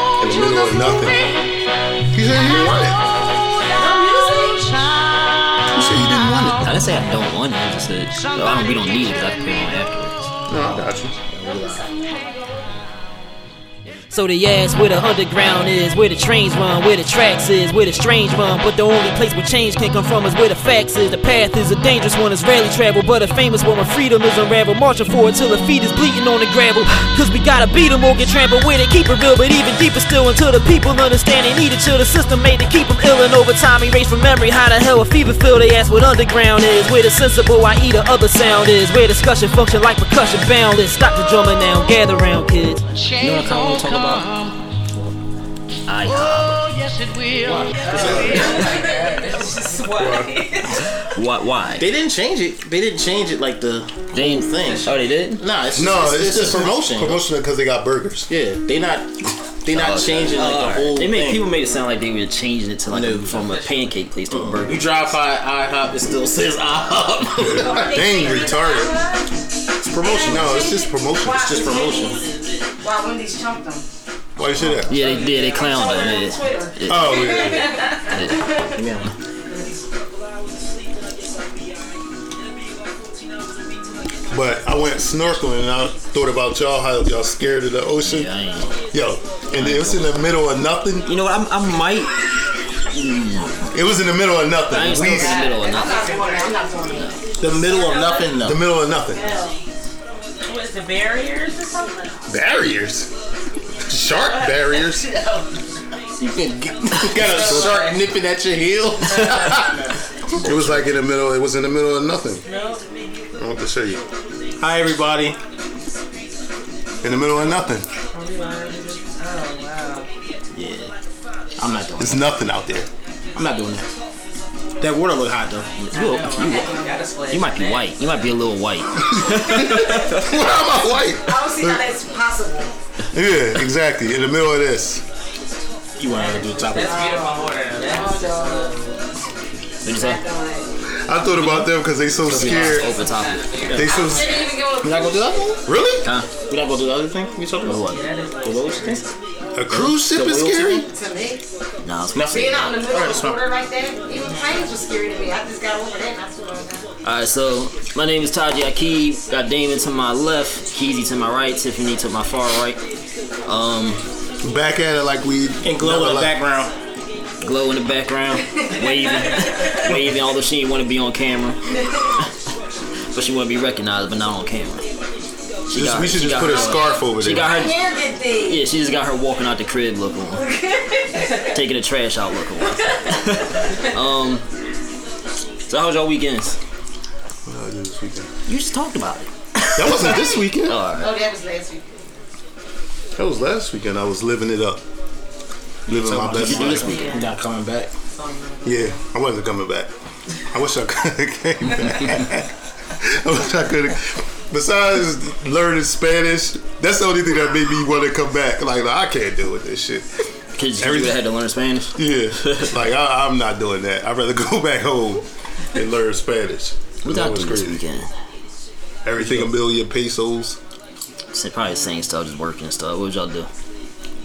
want nothing. He said he didn't want it. He said he didn't want it. I didn't say I don't want it. I just said oh, I don't- we don't need it because I can put it on afterwards. No, I got you. So they ask where the underground is, where the trains run, where the tracks is, where the strange run. But the only place where change can come from is where the facts is. The path is a dangerous one, it's rarely traveled, but a famous one where freedom is unraveled. Marching forward till the feet is bleeding on the gravel. Cause we gotta beat 'em or get trampled where they keep it real, but even deeper still until the people understand they need it. Till the system made to keep 'em ill and over time erase from memory how the hell a fever feel. They ask what underground is, where the sensible I eat other sound is, where discussion function like percussion boundless. Stop the drummer now, gather round kids. You know what I kind of want to talk about? IHOP. Why? Why? They didn't change it. They didn't change it like the They whole thing. Oh, they did. Nah, it's just, No, it's, it's just a promotion. Promotion because they got burgers. Yeah, they not they not changing like the whole they made thing. people made it sound like they were changing it to like a, No. from a pancake place to a burger. Oh. you ah. drive by IHOP, it still says IHOP. Dang, retarded. It's promotion. No, it's just promotion. It's just promotion. Why Wendy's chumped them? Why you say that? Yeah, they did. They clowned it. Yeah. Oh, yeah. But I went snorkeling and I thought about y'all, how y'all scared of the ocean. Yeah, I ain't- Yo, and it was in the middle of nothing. You know what? I'm, I might. It was in the middle of nothing. I ain't still in the middle of nothing. I'm not doing it. the middle of nothing the though. middle of nothing. Was the barriers or something? Barriers. Shark barriers. You can get, you got a shark nipping at your heel. It was like in the middle. It was in the middle of nothing. No. I want to show you. Hi everybody. In the middle of nothing. Oh wow. Yeah, I'm not doing. It's nothing out there. I'm not doing that. That water look hot though. You, you, you might be white. You might be a little white. Where am I white? I don't see how that's possible. Yeah, exactly. In the middle of this. You want to do a topic? Beautiful water. What'd you say? I thought about them because they so scared. Open topic. They so Didn't even give We not gonna do that one. really Huh? We not gonna do the other thing. We talking about what? The lowest thing. a cruise ship is scary. a to me. Nah, it's Being out in the middle of Alright, it's the fine. water like that, even planes were scary to me. I just got over that not too long ago. Alright, so my name is Taji Akib. Got Damon to my left, Keezy to my right, Tiffany to my far right. Um, Back at it like we And glow never in the left. background. glow in the background, waving, waving, although she didn't want to be on camera. but she want to be recognized, but not on camera. She Just- we should she just put a her- scarf over She there. got her. Hair did things. Yeah, she just got her walking out the crib look on. Taking the trash out look on. um, so how was y'all weekends? What did I do this weekend? You just talked about it. That wasn't this weekend. Alright. Oh, that was last week. That was last weekend. I was living it up. Living my Did best you do this life. week? Not coming back. Yeah, I wasn't coming back. I wish I could have came back. I wish I could have. Besides learning Spanish, that's the only thing that made me want to come back. Like, I can't deal with this shit. Because you Everything- had to learn Spanish. Yeah, like I, I'm not doing that. I'd rather go back home and learn Spanish. What That y'all was do this crazy. weekend? Everything a million pesos. Say- Probably same stuff, just working and stuff. What would y'all do?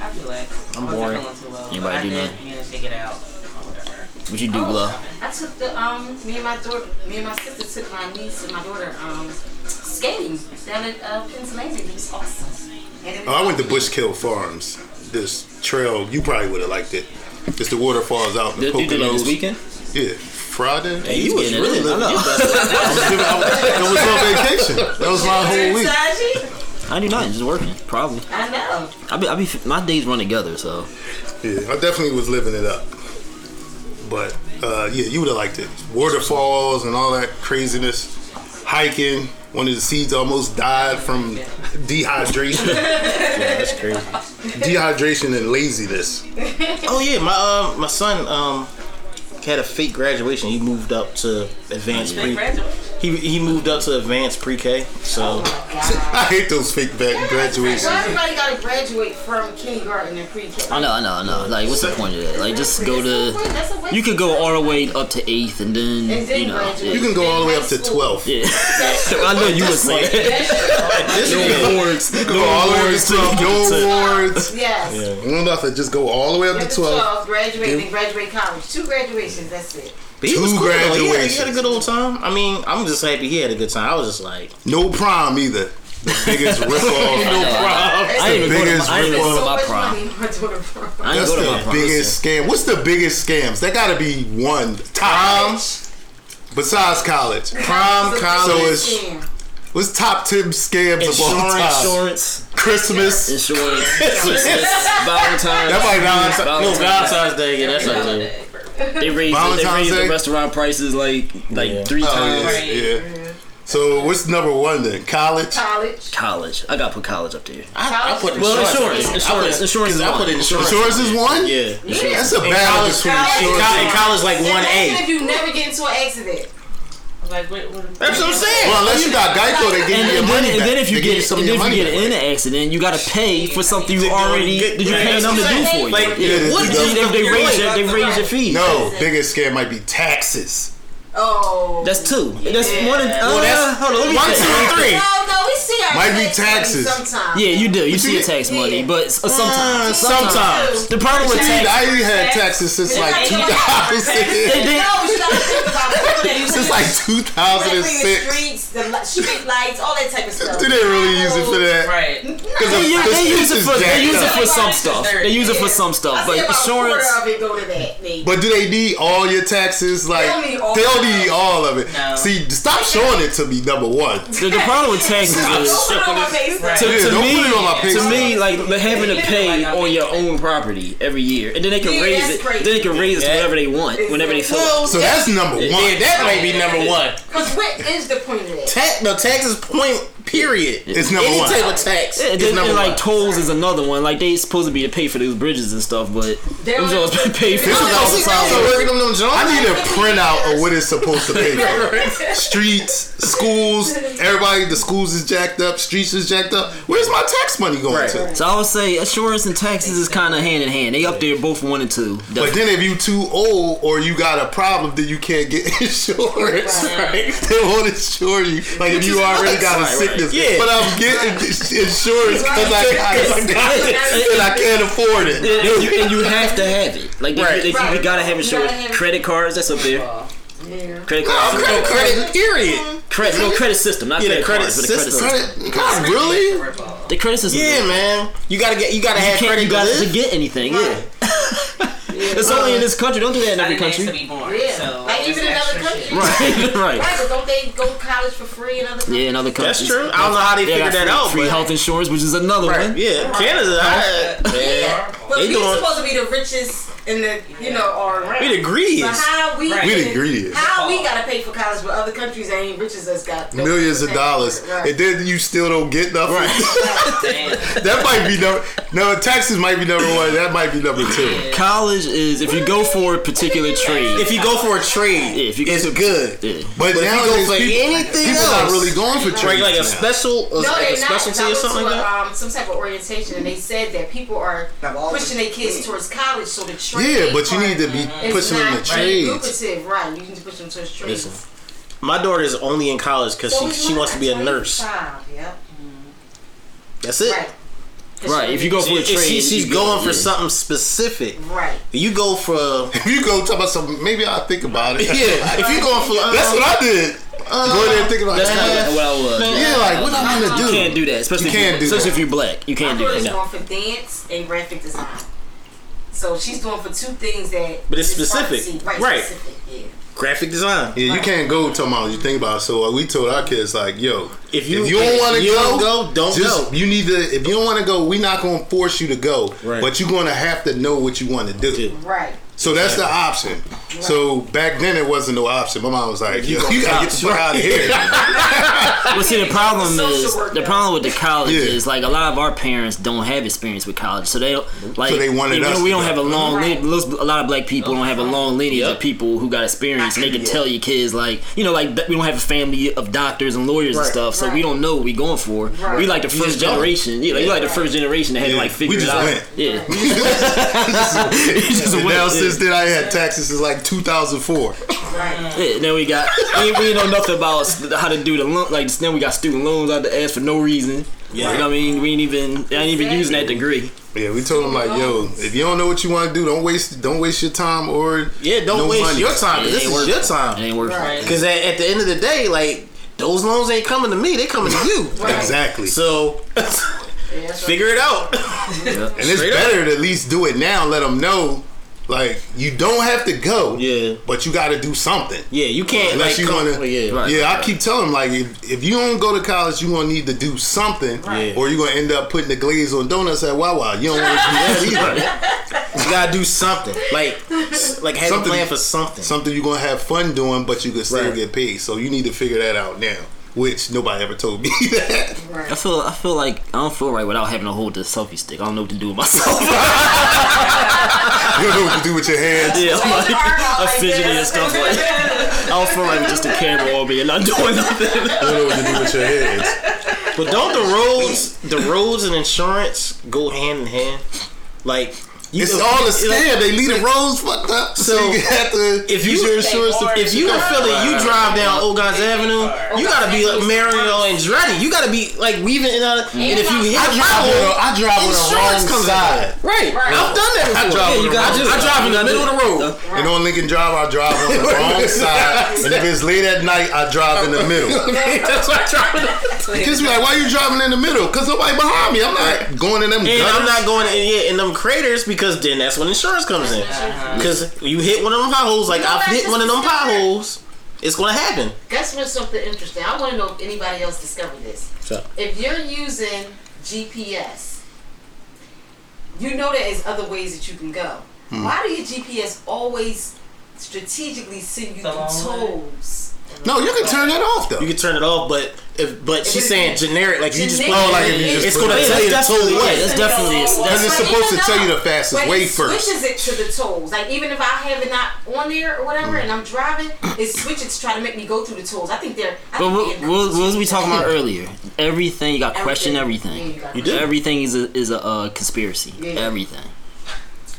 I relax. I'm boring. Anybody do that? nothing? You know, take it out. or whatever. What you do, Oh. Glow? I took the um me and my daughter me and my sister took my niece and my daughter um skating down in uh, Pennsylvania. It was awesome. And it was Oh, I went to Bushkill Farms. This trail, you probably would have liked it. It's the waterfalls out in the Did you do that this Poconos. weekend? Yeah, Friday. Hey, you was really living your best I was, giving, I, was, I was on vacation. That was my whole week. Taji? I do nothing, just working. Probably. I know. I be, I be, my days run together, so Yeah, I definitely was living it up. But uh, yeah, you would have liked it. Waterfalls and all that craziness. Hiking. One of the seeds almost died from dehydration, That's crazy. dehydration and laziness. Oh yeah, my um, my son um had a fake graduation. He moved up to advanced pre. Graduate. He He, he moved up to advanced pre-K, so God. I hate those fake back graduations. Why everybody gotta graduate from kindergarten and pre-K? I know, I know, I know. Like, what's the point of that? Like, just go to. That's a waste You could of go time. all the way up to eighth, and then And then you know. graduate. You yeah. can go all the way up to 12. Yeah. I know you would say that. this No awards. You can go all the way up to 12. No awards. Yes. No nothing. Just go all the way up Up to to 12. 12, graduate, then graduate college. Two graduations, that's it. he was Two cool, though. He had, he had a graduations. good old time. I mean, I'm just happy he had a good time. I was just like, No prom either. The biggest rip-off. No "Bruh." I didn't even go to biggest my, I didn't even rip-off. go to my much prom. money my daughter prom. I didn't That's go to my the prom. biggest scam. What's the biggest scams? There gotta be one. Prom. Besides college. Prom, college. So it's, Yeah. what's top 10 scams of all time? insurance, insurance. Christmas. Insurance, Christmas, Valentine's. That might not- No, Valentine's. Valentine's Day. Yeah, that's not good. They raised, they Valentine's raised Day? the restaurant prices like like Yeah. three Oh, times. yeah, yeah. So what's number one then? College. College. College. I gotta put college up there. I, I put Well, insurance. insurance, I put, insurance, insurance is I put one. insurance. Insurance is one. Yeah. That's a battle college- between college- In, insurance. co- in college, like one Imagine A. if you never get into an accident. Like, what, what, That's what I'm saying. Well, unless you got Geico, they give And, you your and money then, and back. then if you They give get, some and of your then if money you get in back. an accident, you gotta pay for something you Did you already get- did you Right, pay that's them to what I'm do saying. for you. Like, yeah. yeah, What that's they, the- they, they raise your, Right, they that's raise your right. fees. No, biggest scam might be taxes. Oh. That's two. That's one. And, uh, that's- hold on, let me One, check. two, and three. no, no, we see our Might be tax money taxes. Sometimes. Yeah, you do. You see you your tax money, Yeah. but s- uh, sometimes, sometimes. sometimes the problem with Dude, tax, I ain't had taxes since like Tax- 2000. they, No, they, you gotta think about people that use Since like the 2006. streets, the li- street lights, all that type of stuff. They didn't really use it for that. right. Because they, u- they use it for they use it for some Everybody's stuff. just They use it for some I stuff, see but about insurance. A quarter of it go to that. Nate. But do they need all your taxes? Like don't need all they of don't it. need all of it. No. See, stop showing it to me. Number one, The, the problem with taxes is Don't put it on my face. Right. to, Yeah, to don't me, put it on my pay to stub. me, like the- having to Yeah, pay like, I on think- your own property every year, and then they can Yeah, raise that's it. crazy. Then they can raise it to Yeah. whatever they want, whenever they feel. Well, so that's number one. yeah, that might be number one. Because what is the point of that? Tax, no, tax is point. Period. It's number Any one. type of tax. Yeah, and is then, number and, like one. tolls is another one. Like they supposed to be to pay for those bridges and stuff, but They those don't- always been paid for. This is all the time. So working them them I Jones. need a printout of what it's supposed to be. Streets, schools, everybody, the schools is jacked up, streets is jacked up. Where's my tax money going Right. to? So I would say assurance and taxes is kind of hand in hand. They up there both one and two. But then if you too old or you got a problem, then you can't get insurance. Right? They won't insure you. Like if you already got a right, right. sickness. Yeah. But I'm getting ins- insurance because I got it and I can't afford it. and, you, and you have to have it. Like Right. if you, if you, Right. gotta have insurance. You gotta have it. credit cards, that's up there. Yeah. Credit No, cards, credit, credit, period. credit, no credit system, not Yeah, the credit, credit cards, but the credit system. system. Credit? God, really? The credit system. is Yeah, man. You gotta get. You gotta have can't credit you to guys live. to get anything. Yeah. it's only in this country. Don't do that in I every didn't ask to country. be born. Yeah. So like even that's another extra country. shit. Right, right. Right, but don't they go to college for free in other countries? Yeah, in other countries. That's true. I don't know how they They figured got that free- out. Free but- health insurance, which is another Right. one. Yeah. Canada. I, yeah. But They we doing- supposed to be the richest in the, you know, or around. We the So greediest. how we, Right. We the greediest. how we gotta pay for college, but other countries that ain't rich as us got no- Millions of dollars. Right. And then you still don't get nothing. Damn. That might be number. No, taxes might be number one. That might be number two. College is if you go for a particular trade. If you go for a trade, Yeah, if you go it's to- good. yeah. But, But if you go nowadays, for people, anything people else, not really going for like, trades. like now. a special, No, like a they're not. specialty I or went something to like a, that. um, some type of orientation, and they said that people are pushing their kids towards college, so the trade. yeah, but you need to be is pushing in the not really trades. Lucrative, right? You need to push them towards trades. Listen, My daughter is only in college because So she, it's she not wants to be a nurse. 25, Yep. That's it. Right. 'Cause right, she- if you go for a If trade, she, she's you go- going for yeah. something specific. Right. You go for If you go talk about something, maybe I'll think about it. yeah. If you going for that's what I did. go there and think about That's not it. what I was. Yeah, like what am I gonna You do? can't do that, especially You can't if, do especially that. if you're black. You My can't do daughter's that. going for dance and graphic design. So she's going for two things that. But it's hard to specific. see. Right. Right. Specific. Yeah. graphic design. Yeah, you can't go talking about what you think about. it. So uh, we told our kids like, yo, If you- don't want to if you go, don't go, don't just, go. You need to. If you don't want to go, we're not gonna force you to go. Right. But you're gonna have to know what you want to do. Do. Right. So that's the option. So back then it wasn't no option. My mom was like, "Yo, you gotta get the fuck out of here." Well, see, the problem Social is work, the yeah. problem with the college Yeah. is like a lot of our parents don't have experience with college, so they don't like So they wanted you know, us we to don't go. have a long Right. lin- a lot of black people don't have a long lineage of people who got experience, and they can tell you kids like you know like th- we don't have a family of doctors and lawyers and Right. stuff, so we Right. don't know what we going for. Right. We like the first just don't. generation, yeah, like, we like the first generation that had to Yeah. like We figure it just out. went. Yeah, and went, now yeah. since then, I had taxes since like 2004. Right. Yeah, then we got we, we know nothing about s- how to do the loan. Like then we got student loans out the ass for no reason. Yeah, I mean we ain't even I ain't even using that degree. Yeah, we told him like, "Yo, if you don't know what you want to do, don't waste don't waste your time or Yeah, don't no waste money. your time. 'cause It This ain't is worth it. your time. It ain't worth Right. it. Because at, at the end of the day, like those loans ain't coming to me; they coming to you. Exactly. So Yeah, that's figure it out. and it's better to at least do it now. and Let them know, like, you don't have to go. Yeah. but you got to do something. Yeah, you can't Unless like you come- want to, Yeah, yeah, right. I keep telling them like if, if you don't go to college, you are gonna need to do something, Right. or you are gonna end up putting the glaze on donuts at Wawa. You don't want to do that either. you gotta do something. Like, s- like have Something- a plan for something. something you're gonna have fun doing, but you can still Right. get paid. So you need to figure that out now. Which nobody ever told me that. I feel I feel like I don't feel right without having to hold the selfie stick. I don't know what to do with myself. you don't know what to do with your hands. yeah, I'm like I'm like fidgeting and this. stuff like. I don't feel like just a camera on me and not doing nothing. You don't know what to do with your hands. But don't the roads, the roads and insurance go hand in hand? Like, you It's can- all a you know, scam. They lead the roads fucked up. So, So, you have to if use you- your insurance to If you in Philly, you drive down Old Guys Avenue, you gotta be like Mario Andretti. You gotta be like weaving in and out. of- And if you hit I a drive on the- pothole, I drive on the wrong insurance comes side. out. Right. Right. I've done that before. drive on the gotta wrong do it. I drive in the middle of the road. And on Lincoln Drive, I drive on the wrong side. And if it's late at night, I drive in the middle. That's why I drive in the Kids be like, why you driving in the middle? Because nobody behind me. I'm not going in them And I'm gutters. not going in, yeah, in them craters because then that's when insurance comes in. Because you hit one of them potholes, like You know I've that hit just one of them discovered- potholes, it's gonna happen. That's what's something interesting. I want to know if anybody else discovered this. So, If you're using GPS, you know there's other ways that you can go. Hmm. Why do your GPS always strategically send you The long through tolls? No, you can turn that off, though. you can turn it off, but if but she's saying generic, like you just put, Generic. oh, like if you just it's put gonna it- tell you the That's total definitely- way. that's definitely it's, that's, Because it's But supposed to even tell you though- the fastest But way it first. switches it to the tolls. Like even if I have it not on there or Hmm. whatever, and I'm driving, it switches to try to make me go through the tolls. I think they're. I But think what, they're- what, what was we talking about earlier? Everything you got to question Everything. everything. You do. Everything is a, is a uh, conspiracy. Yeah. Everything.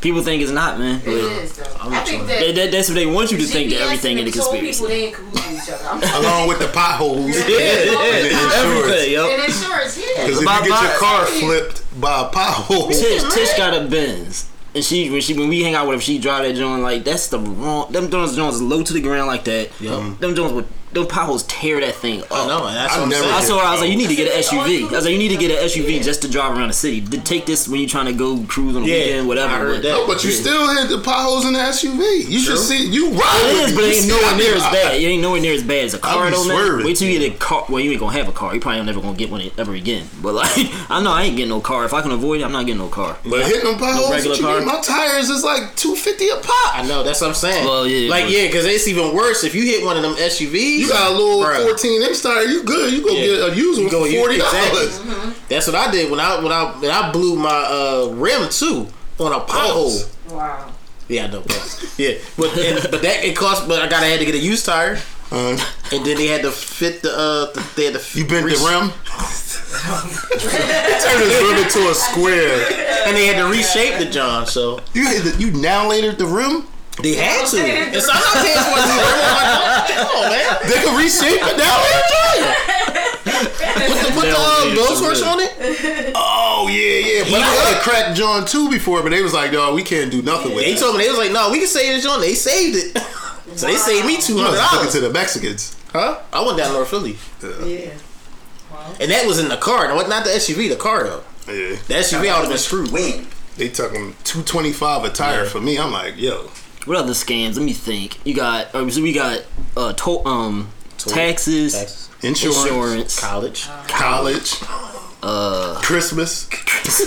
People think it's not, man. It is though. I think that. They- that- that's what they want you to think that GPS everything is a and the toll People, conspiracy. they in cahoots with each other. I'm Along with the potholes. Yeah, yeah, And the insurance. Everything, yo. And insurance, yeah. Because if Bye-bye. you get your car flipped by a pothole, Tish, Tish got a Benz. And she when she when we hang out with her, she drive that joint like that's the wrong. Them Jones Jones is low to the ground like that. Them Jones would them potholes tear that thing up. I know, and that's I what I'm never saying. I saw her, I was like, you need to get an SUV. I was like, you need to get an SUV just to drive around the city. To take this when you're trying to go cruise on the Yeah, weekend, whatever. I heard but- that. No, but you still hit the potholes in the SUV. You should True. see. You ride. It with me. is, but You it ain't see nowhere me. near as I- bad. It ain't nowhere near as bad as a car be though, man. swerving. Wait till you get a car. Well, you ain't gonna have a car. You probably never gonna get one ever again. But like, I know I ain't getting no car. If I can avoid it, I'm not getting no car. But hitting them potholes, regular what you car. mean? my tires is like two fifty a pop. I know that's what I'm saying. Well, yeah, like but- yeah, because it's even worse if you hit one of them SUVs. You got a little Bruh. fourteen inch tire. You good? You go Yeah. get a used one You go for use- forty dollars. exactly. Mm-hmm. That's what I did when I when I when I blew my uh, rim too on a pothole. Wow. Yeah, I know. but- yeah, but and, but that it cost. But I got I had to get a used tire, Uh, and then they had to fit the uh the, they had to fit you bent the rim. you turned this rim into a square. and they had to reshape the John. So You hit the, you downlated the rim. they had to. It's not like paying for a new rim. I'm like, come on, man. They can reshape it downlated. rim. Put the put the uh, nose horse on it. Oh yeah, yeah. But I had a crack John two before, but they was like, dog, we can't do nothing with They it. told me they was like, no, we can save this John. They saved it, so they saved me two You hundred must have took dollars. it to the Mexicans. Huh? I went down to North Philly, Yeah. and that was in the car. Not not the SUV, the car though. Yeah. The SUV, I would have been screwed. Wait, They took them two twenty five a tire for me. I'm like, yo, What other scams? Let me think. You got uh, so we got uh to- um taxes, Taxes. insurance, insurance, college. college, uh, Christmas. That's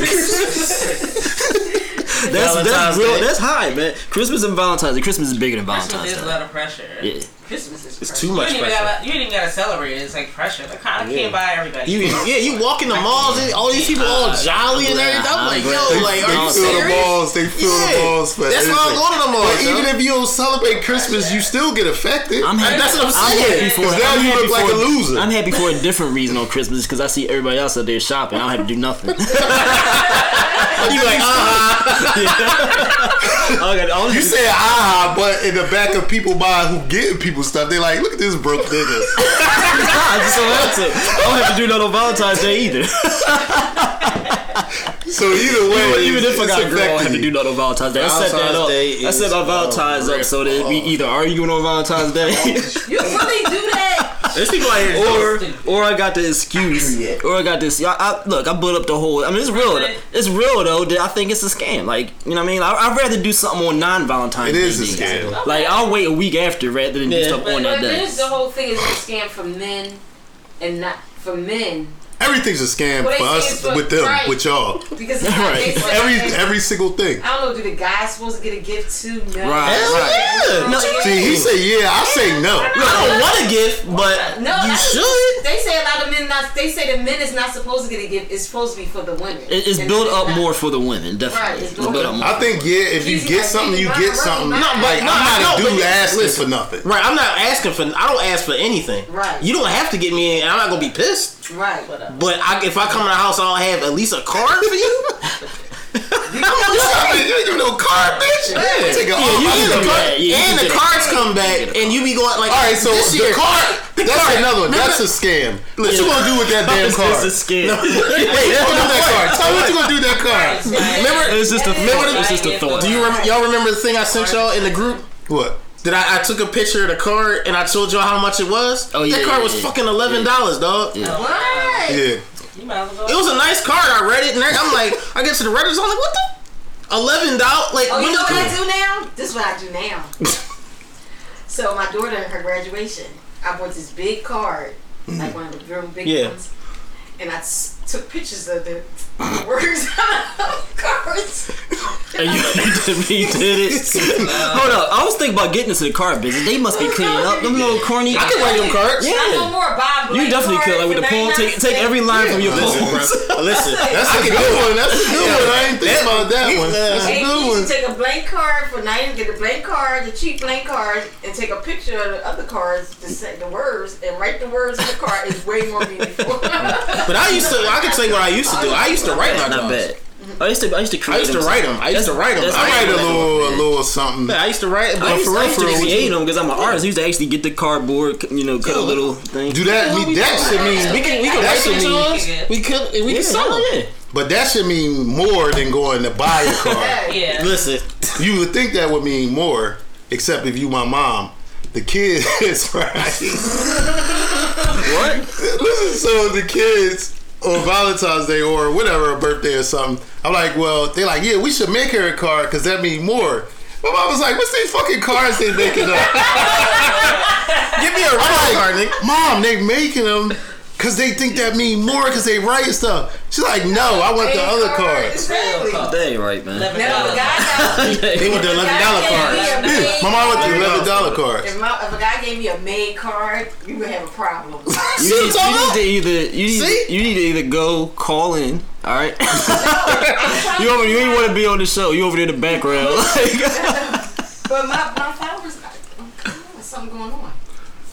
that's Valentine's real. Day. That's high, man. Christmas and Valentine's. Day. Christmas is bigger than Christmas Valentine's is a Day. lot of pressure. Yeah. Christmas is pressure. too much you ain't even pressure. Gotta, you ain't even gotta celebrate it. It's like pressure. Like, I can't buy everybody. You, yeah, you walk in the malls, and all these people all jolly and everything. I'm like, yo, like, they are you feel the serious? balls. They feel the Yeah. balls for That's why I everything. go to the malls, But yo. even if you don't celebrate Christmas, you still get affected. I'm happy. That's what I'm I'm saying. happy for. Because it. now I'm you happy look like for a it. loser. I'm happy for a different reason on Christmas because I see everybody else out there shopping. I don't have to do nothing. You like, uh-huh. okay, all "Ah," You say aha, but in the back of people buying who getting people stuff, they like, look at this broke nigga. I just don't have to. I don't have to do that on Valentine's Day either. So either way, Even- even it's- if I it's got a girl, I don't have to affecting do you. that on Valentine's Day. uh, I set that Valentine's up. Day I set my is Valentine's up so that we either arguing on Valentine's Day. You really do that? There's people out here. or or I got the excuse, or I got this. I, I, look, I built up the whole. I mean, it's real. though. It's real though. That I think it's a scam. Like you know, what I mean, I, I'd rather do something on non-Valentine's. It Day is a days. scam. Like I'll wait a week after rather than do Yeah. stuff But, on that but day. there's the whole thing is a scam for men and not for men Everything's a scam Well, they for say us, it's for- with them, right. with y'all. because it's not Right. based on Every anything. every single thing. I don't know. Do the guys supposed to get a gift too? No. Right. Hell yeah. No, See, he say yeah, I say no. I don't want a gift, but No, you that's- should. They say a lot of men not. They say the men is not supposed to get a gift. It's supposed to be for the women. It- it's And built it's up not. more for the women, definitely. Right, it's It's built built up. up more. I think yeah, if you Easy, like, get something, you right, get right, something. right. No, Like but- I'm no, I not a know, but dude you- asking listen. for nothing. Right, I'm not asking for. I don't ask for anything. Right. You don't have to get me. Anything. I'm not gonna be pissed. Right. But I, if I come to the house, I'll have at least a card for you. You ain't give no card, bitch. Yeah. Take a- you I'm get gonna- a card. Yeah, you and can the get a cards come back, and you be going like, All right, so this the year. card. That's another one. That's a scam. What you gonna do with that damn It's card? just a Hey, scam. what you gonna do with that card? Tell me what you gonna do with that card. Remember, It's just a Remember thought. the- It's just a thought. do you rem- y'all remember the thing I sent y'all in the group? What? That I, I took a picture of the card and I told y'all how much it was. Oh, yeah, that card yeah, was yeah. fucking eleven dollars, dog. What? Yeah. You might as well It go. was a nice card. I read it and I'm like, I get to the Reddit, I'm like, what the? Eleven dollars? Like, Oh, when you know is- what I do now? This is what I do now. so my daughter, her graduation, I bought this big card, like Mm-hmm. one of the real big Yeah. ones, and I s- took pictures of the the words on the cards. And you, you did it. Hold up. I was thinking about getting into the card business. They must be Oh, cleaning up. Them little corny. I can write them cards. Yeah. I know more about You definitely could. Like with the poem, take, take every line from your Listen, poem. bro. Listen, That's a good one. That's a good one. I ain't think about that one. That's a Hey, good you one. should take a blank card for now. You get a blank card, the cheap blank card, and take a picture of the other cards to say the words and write the words on the card. It's way more meaningful. but I used to. I can tell you what I used to do. I used to write my Not cards. bad. I used to, I used to create I used to them. write them. I used to write them. That's- I I write write a them. little, a little something. I used to write, but I used, Oh, for I real, used for to real, create them because I'm an artist. I used to actually get the cardboard, you know, cut a little thing. Do that? mean that should we mean, can we can That write should them to mean- us. We could we Yeah, can sell them. yeah. but that should mean more than going to buy a car. Hey, Yeah. Listen, you would think that would mean more, except if you my mom. The kids, right? What? Listen, so the kids on Valentine's Day or whatever, a birthday or something. I'm like, well, they're like, yeah, we should make her a card because that means more. My mom was like, what's these fucking cards they making up? give me a writing card, nigga. mom, they making them because they think that mean more because they write stuff. She's like, no, I want the blank other card. cards. Exactly. Real card. Oh, That ain't right, man. Now, if a guy got- They want the eleven dollar card. if a guy gave me a maid My mom went the card- eleven dollar cards. If, my, if a guy gave me a maid card, you would have a problem. You See need, you what I'm need to talking either you need, See? you need to either go call in, all right? you over, you ain't want to be on the show. You over there in the background. Like, But my, my flowers, I- oh, come on, there's something going on.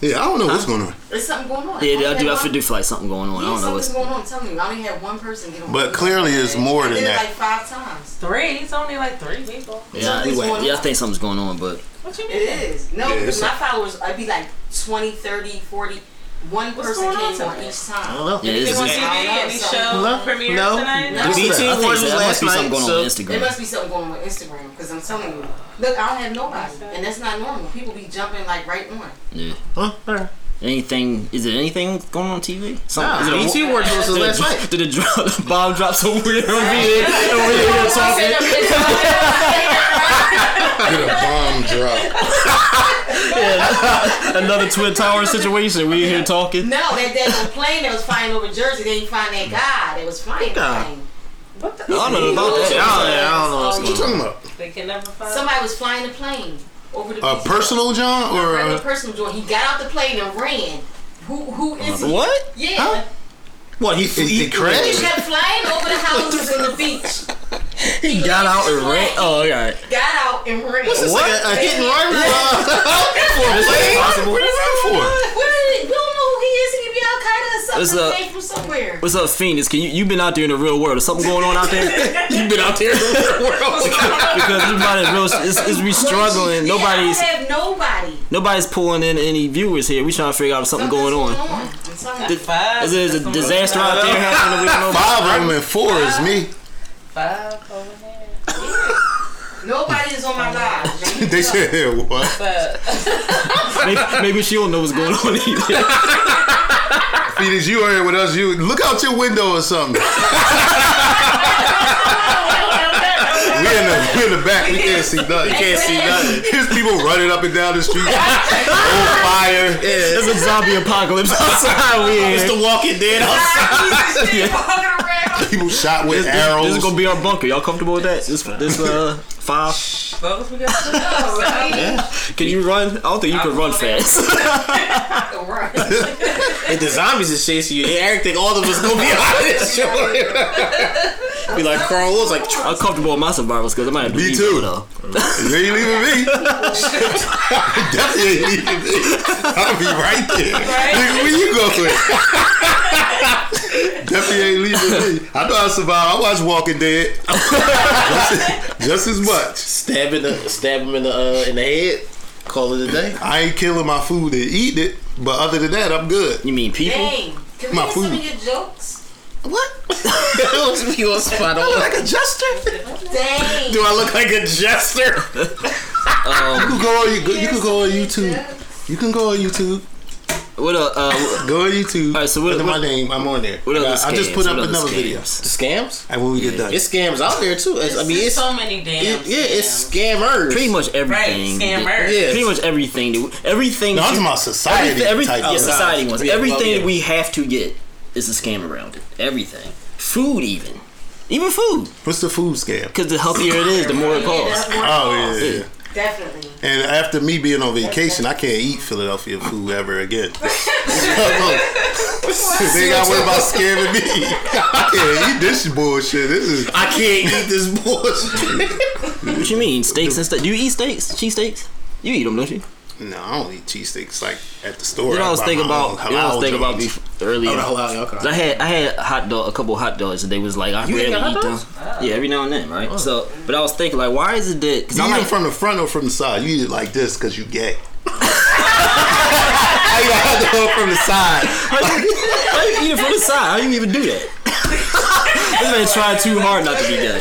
Yeah, I don't know what's going on, There's something going on. yeah, I only do. I had one- do feel like something going on. I Yeah, don't know what's. something's going on. Tell me, I only had one person get on. but clearly it's more I than did it like that. five times. Three. It's only like three people. Yeah, Something's I- going yeah, I on. think something's going on, but What you It mean? is. No, Yeah, it's because my followers, I'd be like 20, 30, 40. One What's person going on came on tonight? each I time. don't know. yeah, They it's want just, TV any show No, premiere no. tonight? No. I BT think so. I think Awards so. was That must last be something night. going on So on There Instagram. must be something going on with Instagram because I'm telling you, look, I don't have nobody, and that's not normal. People be jumping like right on. Yeah. Huh? All right. Anything? Is it anything going on on TV? Some, is Nah, it a- BT Awards was the Did last it- night. Did it drop? The bomb drop somewhere over here? Over here, over here talking. Get a bomb drop. Another twin tower situation. We here talking. No, that that little plane that was flying over Jersey, they didn't find that guy that was flying the God. plane. I don't know about I don't, that. I don't know. what's What you going on. talking about? They can never find Somebody was flying a plane over the. A beach. personal John or regular a, personal joint. He got out the plane and ran. Who who is he? What? Yeah. Huh? What he He- he crashed? He kept flying over the houses and the beach. He got out and ran. Oh, all right. Got out and ran. What's What? A, a hit and run? What what is that Where did he, we don't know who he is. He could be Al Qaeda or What's something. up? He came from somewhere. What's up, Phoenix? Can you you been out there in the real world? Is something going on out there? You've been out there in the real world because you brought it real. It's, it's we struggling. Yeah, Nobody's I don't have nobody. nobody's pulling in any viewers here. We trying to figure out if something going on. Something's going on. Did- five. Is it a disaster out there happening? that we don't for? know about? Five of them and four is me. Five over there. Nobody is on my live. They said what? But Maybe, maybe she don't know what's going on either. Phoenix, you are here with us. You look out your window or something. We in the we in the back. We can't see nothing. You can't see nothing. There's people running up and down the street. On fire. There's a zombie apocalypse outside. We in. It's the walking dead outside. People shot with This- this- arrows. This, is gonna be our bunker. Y'all comfortable with that? This this uh five. both we got to Can you run? I don't think you can run fast. If the zombies is chasing you, Eric think all of us gonna be out of this show. be like Carl Lewis, like "Tch, I'm comfortable with my survivors because I might have to Me leave too. them, You though. ain't leaving me. Definitely ain't leaving me. I'll be right there. Nigga, where you going? Definitely ain't leaving me. I know I survived. I watch Walking Dead. just, just as much. stab in the stab him in the uh, in the head. Call it a day. I ain't killing my food and eating it, but other than that, I'm good. You mean people? Dang. Can we My get some food. of your jokes? What? you on spot on? like a jester? Dang. Do I look like a jester? Um, You can go on, you, go- you can go on YouTube. You can go on YouTube. What a uh, Go on YouTube. All right, so what- Under what- my name. I'm on there. what other I, I just scams? put up What other another scams? video. The scams? And when we get done, It's scams out there too. It's, I mean, it's so many damn. it, yeah, it's scammers. pretty much right everything. scammer. Yeah. Pretty much everything. that- Everything. no, I'm that- talking about society. everything- every- type yeah, of- society wants. Yeah, well, everything yeah. that we have to get is a scam around it. Everything. Food, even. Even food. What's the food scam? Because the healthier it is, the more it costs. That's more Oh calls. yeah, yeah. Definitely. And after me being on vacation, I can't eat Philadelphia food ever again. so, they got worry about scamming me. I can't eat this bullshit. This is I can't eat this bullshit. What you mean? Steaks and stuff. Do you eat steaks? Cheese steaks? You eat them, don't you? no. I don't eat cheesesteaks like at the store. You know, I was buy thinking my about. own You know, I halal was thinking about joints. bef- earlier. I had I had hot dog a couple hot dogs and they was like I You eat rarely hot eat them. dogs? Ah. Yeah, every now and then, right? So, but I was thinking like, why is it that? Because Oh. You I eat like it from the front or from the side? You eat it like this because you gay. I eat a hot dog from the side. How you, how you eat it from the side? How you even do that? this man tried too hard not to be gay.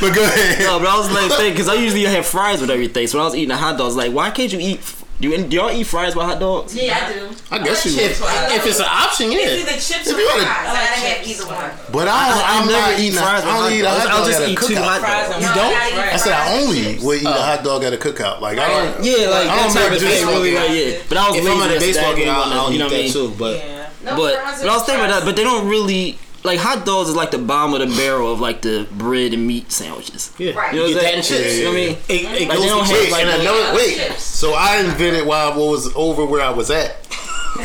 But go ahead. No, but I was like thinking because I usually have fries with everything. So when I was eating the hot dogs, like, why can't you eat? f- Do, you, do y'all eat fries with hot dogs? Yeah, I do. I guess you. If, if it's an option, It's yeah. either chips or you fries. wanna- I gotta have either one. But I, I- I, I am never not eat eating. A, fries I with hot don't eat a dogs. hot dog I'll just at a eat two cookout. hot Fries and You hot don't? dogs, Right. I said I Fried only chips. would eat a hot dog at a cookout. Like I don't. Yeah, like I that don't type make of just- thing. Really, like, yeah. But I was If lazy I'm at a yesterday, I baseball didn't game, I'll, wanna- I'll you eat know what I that mean? too. But Yeah. No But fries but I was thinking about fries. that. But they don't really like hot dogs is like the bottom of the barrel of like the bread and meat sandwiches. yeah, Right. You know you what get that I'm and saying? chips. You know what I mean? It, it Like, goes they don't with have, chips. like, and the- another Wait, so I invented while I was over where I was at.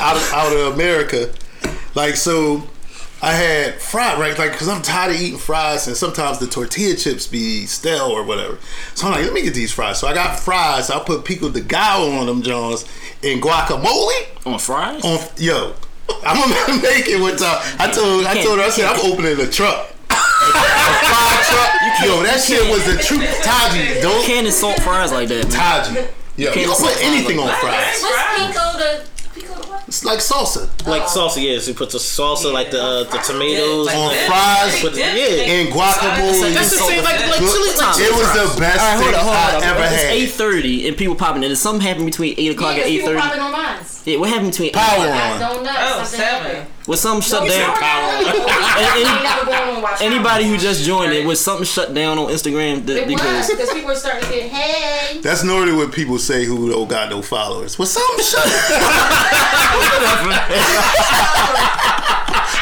out, of, out of America. Like, so I had fried, right? Like, because I'm tired of eating fries, and sometimes the tortilla chips be stale or whatever. So I'm like, let me get these fries. So I got fries. I put pico de gallo on them, Jones, and guacamole. On fries? on yo. I'm gonna make it one time. I told I told her I said I'm opening a truck. a fire truck. Yo, that shit was the truth. Taji, You don't can't insult fries like that. Man. Taji. Yo, you don't put anything on fries. What's pico to pico to what? It's like salsa like salsa. Yeah, so you put the salsa, like the uh, the tomatoes. on and- fries But yeah, and guacamole. that's the same like like Good- chili. it Like chili was fries. the best All right, thing hold on, hold on. I ever it's had. eight thirty and people popping, and something happened between eight o'clock Yeah, and eight people thirty. popping on mine. Yeah, what happened between? Power I on. don't know. Oh, something seven. happened. Was something shut It's down? not going on. And- and- Ain't never going on while Anybody who just joined it was something shut down on Instagram that, It was because because people were starting to get hey. That's normally what people say who don't got no followers. Well, some shut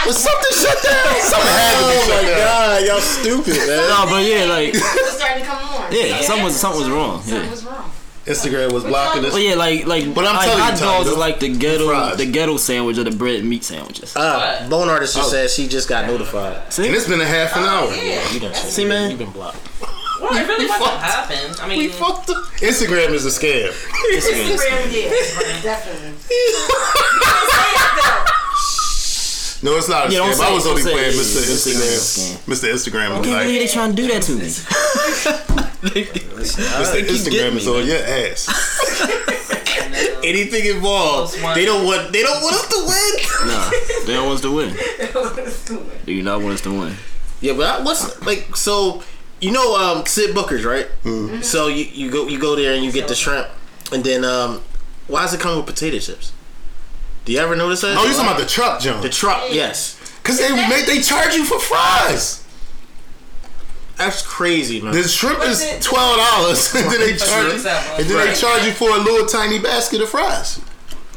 Was something shut down? Something had to be happened. shut down. God, y'all stupid, man. no, but yeah, like was starting to come on. yeah, something was something was wrong. Something Yeah. was wrong. Instagram was blocking us. But yeah, like like But I'm like, telling you, hot Tom, dogs those are like the ghetto fries. the ghetto sandwich or the bread and meat sandwiches. Uh, bone artist just said she just got notified. and See, it's been a half an hour. You done See, man? you been blocked. Well, it really wasn't happen. I mean, Fuck the- Instagram is a scam. Instagram, yeah, definitely. You can't say that though. No, it's not a Yeah, scam. don't I say- was only don't say playing it. Mr. It's a scam. Instagram. Mr. Instagram was can't believe like, they trying to do that to me. Mr. Instagram getting is me, on your ass. Anything involved, Those ones- they don't want. They don't want us to win. Nah, they don't want us to win. They do not want us to win. Yeah, but I, what's like so? You know, um, Sid Booker's right. So you, you go you go there and you get the shrimp, and then um, why does it come with potato chips? Do you ever notice that? Oh, you talking about the truck the jump? truck? Yes, Because they make they charge you for fries. that's crazy, man. The shrimp is twelve dollars, and then they charge you, and then they charge you for a little tiny basket of fries.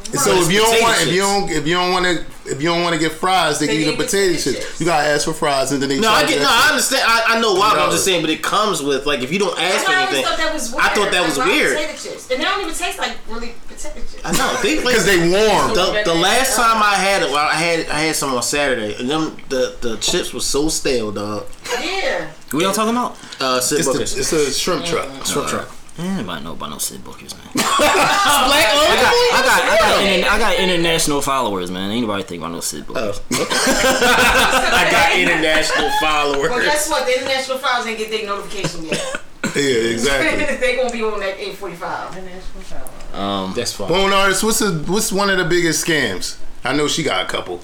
And so if you don't Potato want, if you chips. don't, if you don't want to, if you don't want to get fries, they, give you the potato chips. You gotta ask for fries, and then they no, charge I get you no. I understand. I, I know why, but I'm $10. just saying. But it comes with like if you don't ask for I always anything. thought that was weird. I thought that Like, was why weird. Potato chips, and they don't even taste like really potato chips. I know they like, because they warm. The, the last time I had it, well, I had I had some on Saturday, and them the, the chips was so stale, dog. Yeah. What y'all talking about? Uh, Sid It's, the, Booker's it's a shrimp truck. Uh, shrimp truck. Everybody Eh, know about no Sid Bookers, man. I got, I got, interna- I got international followers, man. Ain't nobody think about no Sid Bookers. oh. I got international followers. Well, guess what? The international files ain't get their notification yet. Uh, Yeah, exactly. they gonna be on that 8:45. Um, That's fine. Bone artist, what's the, what's one of the biggest scams? I know she got a couple.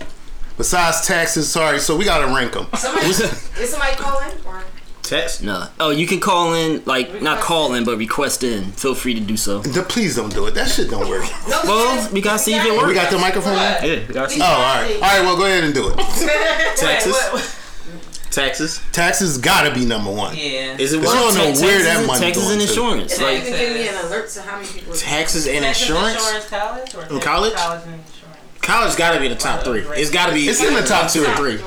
Besides taxes, sorry. So we gotta rank them. Somebody, is somebody calling? Or Text. no. Oh, you can call in, like not call in, but request in. Feel free to do so. Please don't do it. That shit don't work. no, Well, we gotta see if it We works. got the microphone. on? Yeah, we gotta Oh, all right. All right. Well, go ahead and do it. Taxes. Taxes. Taxes gotta be number one. Yeah. Is it Cause you one? don't know where that Taxes- money taxes going and to. insurance. Like, Like, you can give me an alert to how many people. Taxes and Taxes, insurance. insurance, college, or college? college and insurance. College got to be in the top three. It's got to be. It's in the top two or Top three.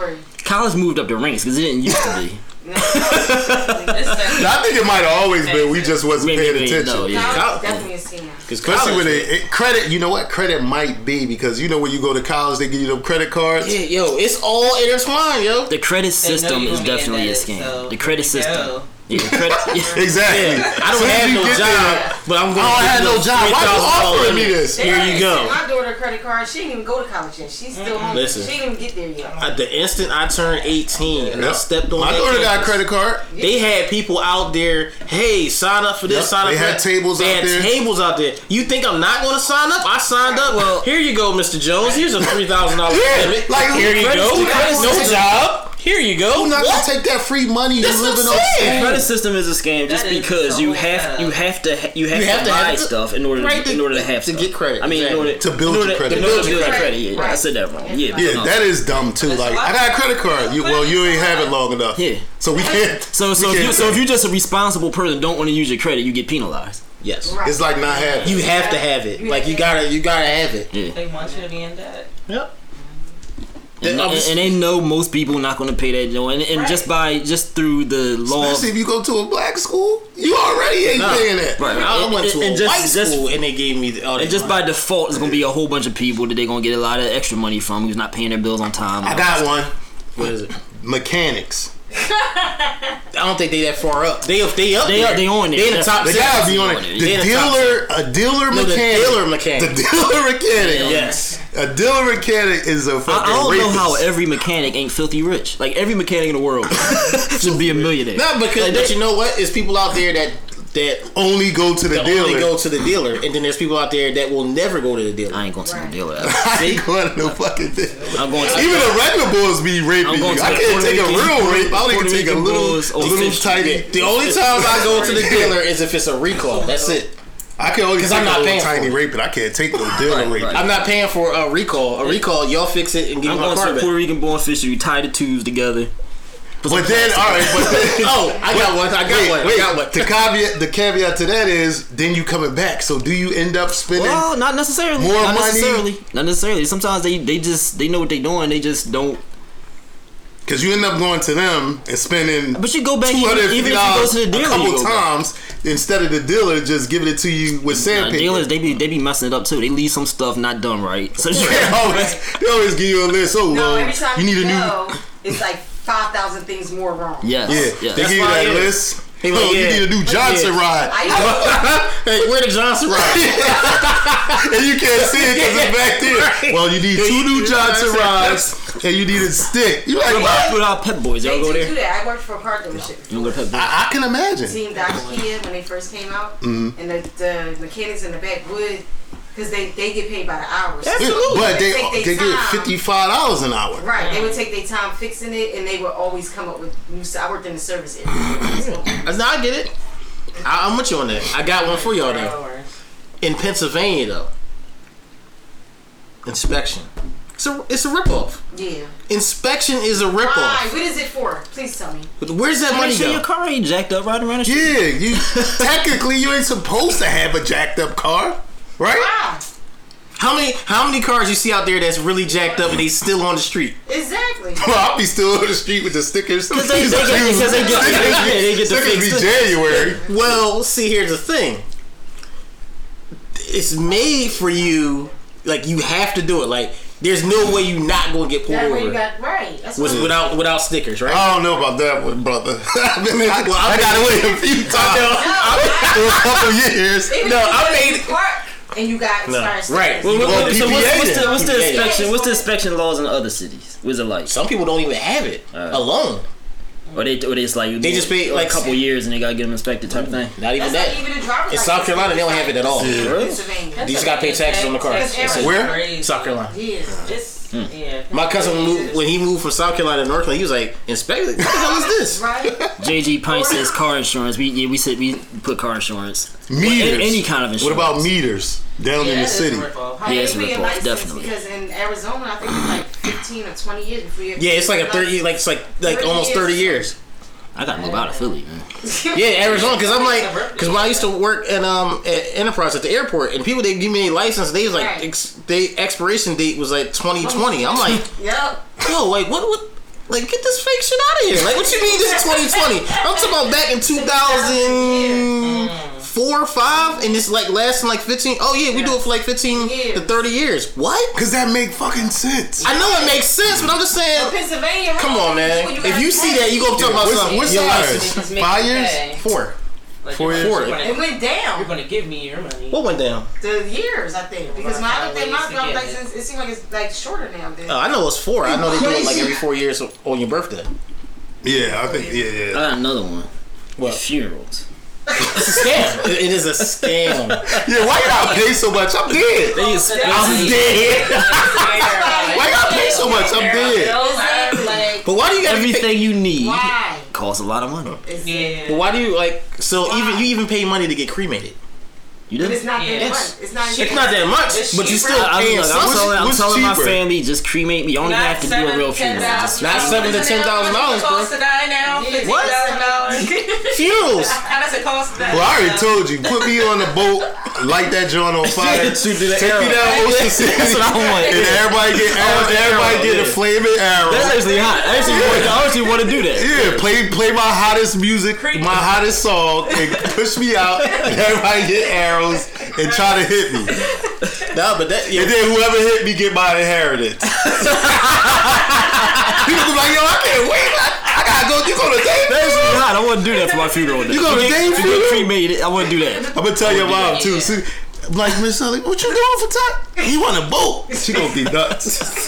college moved up the ranks because it didn't used to be. It's that- I think it might have always been. We just wasn't Wait, paying wait, attention. no, yeah. College College. definitely a scam. Because Especially college. when it, it credit, you know what credit might be because you know when you go to college they give you them credit cards. yeah, yo, it's all intertwined, yo. The credit system you is gonna be definitely a indebted, scam. so the credit there you system. go. Yeah, the credit. yeah. Exactly. I don't Soon as have you no get job, there, oh, but I'm going. I don't have no job. Why you offering me this? Here you go. My daughter credit card. She didn't even go to college yet. She's still home. Listen. She didn't even get there yet. Uh, the instant I turned 18 and I Yep. stepped on My that daughter got a campus, credit card. They had people out there. Hey, sign up for this. Yep, Sign up. they for had that. tables They out had there. tables out there. You think I'm not going to sign up? I signed up. Well, here you go, Mr. Jones. Here's a three thousand dollars Yeah, limit. like, here you credit- go. credit No system. job. Here you go. I'm not What? gonna take that free money you That's what living I'm saying. on. The credit system is a scam just That is because so you have bad. you have to ha- you have, You have to, to buy have it to- stuff in order to, right, to- in order to have to stuff. get credit, I mean, in exactly. order To build in order your credit. To To build build your your credit. credit. Yeah, I Right. said that wrong. Yeah. Yeah, that is dumb too. Like I got a credit card. You, well, you ain't have it long enough. Yeah. So we can't. So so we if can't- you so if you're just a responsible person, don't want to use your credit, you get penalized. Yes. Right. it's like not having. You have to have it. Like you gotta. You gotta have it. Yeah. They want you to be in debt. Yep. And, and, and they know most people not going to pay that joint, and, and just by just through the law. Especially if you go to a black school, you already ain't Nah. paying that. Right, right. I went to And- and a just- white just- school and they gave me the, all And that just money. by default, it's gonna be a whole bunch of people that they're gonna get a lot of extra money from who's not paying their bills on time. I got one. what is it? Mechanics. I don't think they that far up. They up. They up. They there. up- they on They there. in the top. The six. guy be on it. They The in the top dealer, a dealer No, the mechanic. dealer mechanic. The dealer mechanic. Yes. A dealer mechanic is a I, I fucking don't rapist. know how every mechanic ain't filthy rich. Like every mechanic in the world should be a millionaire. No, because but you know what? It's people out there that that only go to the that dealer. only go to the dealer, and then there's people out there that will never go to the dealer. I ain't going to no Right. dealer. I ain't going to no fucking dealer. I'm going to. Even the regular bulls be raping I'm you. going to I the can't Puerto take a Rican- real rape. I only Puerto can take a Rican little, bulls a or little fish. tiny. The only times I go to the dealer is if it's a recall. That's it. I can only 'Cause take I'm a not little paying for tiny it. raping. I can't take no dealer Right, rape. right. I'm not paying for a recall. A recall, y'all fix it and give I'm me my going car to a back. Puerto Rican born fisher. You tie the tubes together. But then, all right, but then, Oh, I got one. I got wait, one. I wait. got one. The caveat, the caveat to that is, then you coming back. So do you end up spending? Well, not necessarily. More not money? necessarily. Not necessarily. Sometimes they, they just they know what they're doing. They just don't. Because you end up going to them and spending. But you go back two even, hundred even if you fifty go dollars to the a dealer. you couple go back. times instead of the dealer just giving it to you with Nah, sandpaper. dealers they be they be messing it up too. They leave some stuff not done right. So they always, they always give you a list. Oh, No, well, every time you need a new. go, it's like five thousand things more wrong. yes, Yeah, yes. they give you why that I am. list. He oh, like, yeah. you need a new Johnson ride, I Hey, where the Johnson ride? and you can't see it because it's back there. Well, you need two new Johnson rides, and you need a stick. You like, what? With our pet boys, y'all they go do there. do that. I worked for a car dealership. You don't go to pet boys. I, I can imagine. Team Dodge Kia when they first came out, and the, the mechanics in the back would, because they, they get paid by the hour. So Yeah, But They they take they, their get time. fifty five dollars an hour. Right, Mm. they would take their time fixing it, and they would always come up with new. s- I worked in the service area. So, No, I get it. I, I'm with you on that. I got one for y'all though. In Pennsylvania though, inspection. It's a it's a ripoff. yeah. Inspection is a Why? ripoff. What is it for? Please tell me. Where's that Make money sure go? your car ain't jacked up right around the street. Yeah, you technically you ain't supposed to have a jacked up car, right? Why? How many how many cars you see out there that's really jacked up and they still on the street? Exactly. Well, I'll be still on the street with the stickers. Because they- they get- because they get- yeah, they get the stickers be fix. January. Well, see, here's the thing. It's made for you. Like you have to do it. Like there's no way you not gonna get pulled That's where over you got right. That's with, what without without stickers, right? I don't know about that one, brother. I mean, I, Well, I I- got away a few times No, in I- a couple years. even no, if you I go to made- the Park and you got right. expired stickers. Well, what- Well, what- so what's, PPA what's the, then. what's the PPA. inspection? What's the inspection laws in other cities? What's it like? Some people don't even have it alone. Or they, or they just like They just pay, like, a couple years and they gotta get them inspected type of thing. Not even That's that. not even a driver's In South license. Carolina, they don't have it at all. In Really? Pennsylvania. You just gotta pay taxes on the car. That's That's it. Where? South Carolina. Yeah. It's, yeah. My cousin moved when he moved from South Carolina to North Carolina. He was like, "Inspect it. What the hell is this?" Right? JG Pine says car insurance. We yeah, we said we put car insurance. Meters. Any- any kind of What insurance. about meters down in the city? How Yeah, yeah, it's a your ripoff, license? definitely. Because in Arizona, I think it's like 15 or 20 years before you Yeah, it's like a thirty, like it's like like 30 almost years. thirty years. I gotta move out of Philly, man. Yeah, Arizona. Because I'm like, because when I used to work at um at Enterprise at the airport, and people they give me a license, they was like, Right. ex- they expiration date was like 2020. I'm like, Yep. yo, like what what. Like get this fake shit out of here! Like what you mean this is 2020? I'm talking about back in 2004, five, and it's like lasting like 15. Oh yeah, we do it for like 15 to 30 years. What? Because that make fucking sense. I know it makes sense, but I'm just Well, saying. Pennsylvania. right? Come on, man. That's what If gotta you see pay. that, you gonna talk about What's, something. what's Your license. ours? Just make Five it years? pay. Four. Like, Four you're years. gonna- it went You're down gonna give me your money. What went down? the years, I think, because when I looked at my Ways to driver's get it. license, it seemed like it's like shorter now. Than, Uh, I know it's four. I know they do it like every four years on your birthday. Yeah, I think, yeah, I yeah. got another one. What? Funerals. It's a scam. it it is a scam. Yeah, why you gotta pay so much? I'm dead. Oh, They I'm expensive. dead. Why Why you gotta pay so much? I'm dead. Those are like, But why do you got Pay, Everything you need Why? costs a lot of money. It's, yeah. but why do you like? So even you even pay money to get cremated. You But did. it's not that Yeah. much. It's not. It's not that much, It's but you cheaper. still I paying was like, I'm something. telling, I'm what's telling my cheaper? family, just cremate me. You don't even have to do a real funeral. Just- Not seven to ten thousand dollars, Cost bro. to die now. Fifteen thousand dollars. Funerals. How does it cost to die? Well, I already told you, put me on the boat, light that joint on fire, Shoot take me through the arrow. down Ocean City, That's what I want. and everybody get want everybody the arrow, get a yeah. flaming arrow. That's actually hot. I actually, want, I actually want to do that. Yeah, play play my hottest music, my hottest song, and push me out. And everybody get arrows and try to hit me. Nah, but that And yeah. then whoever hit me get my inheritance. People be like, yo, I can't wait. I, I gotta go. You go to That's Dave? actually hot. I want to do that for my funeral. Day. You go to Dave You funeral? get cremated. I want to do that. I'm gonna tell your mom too. See, I'm like Miss Sully, what you doing for time? He want a boat. She gonna be nuts.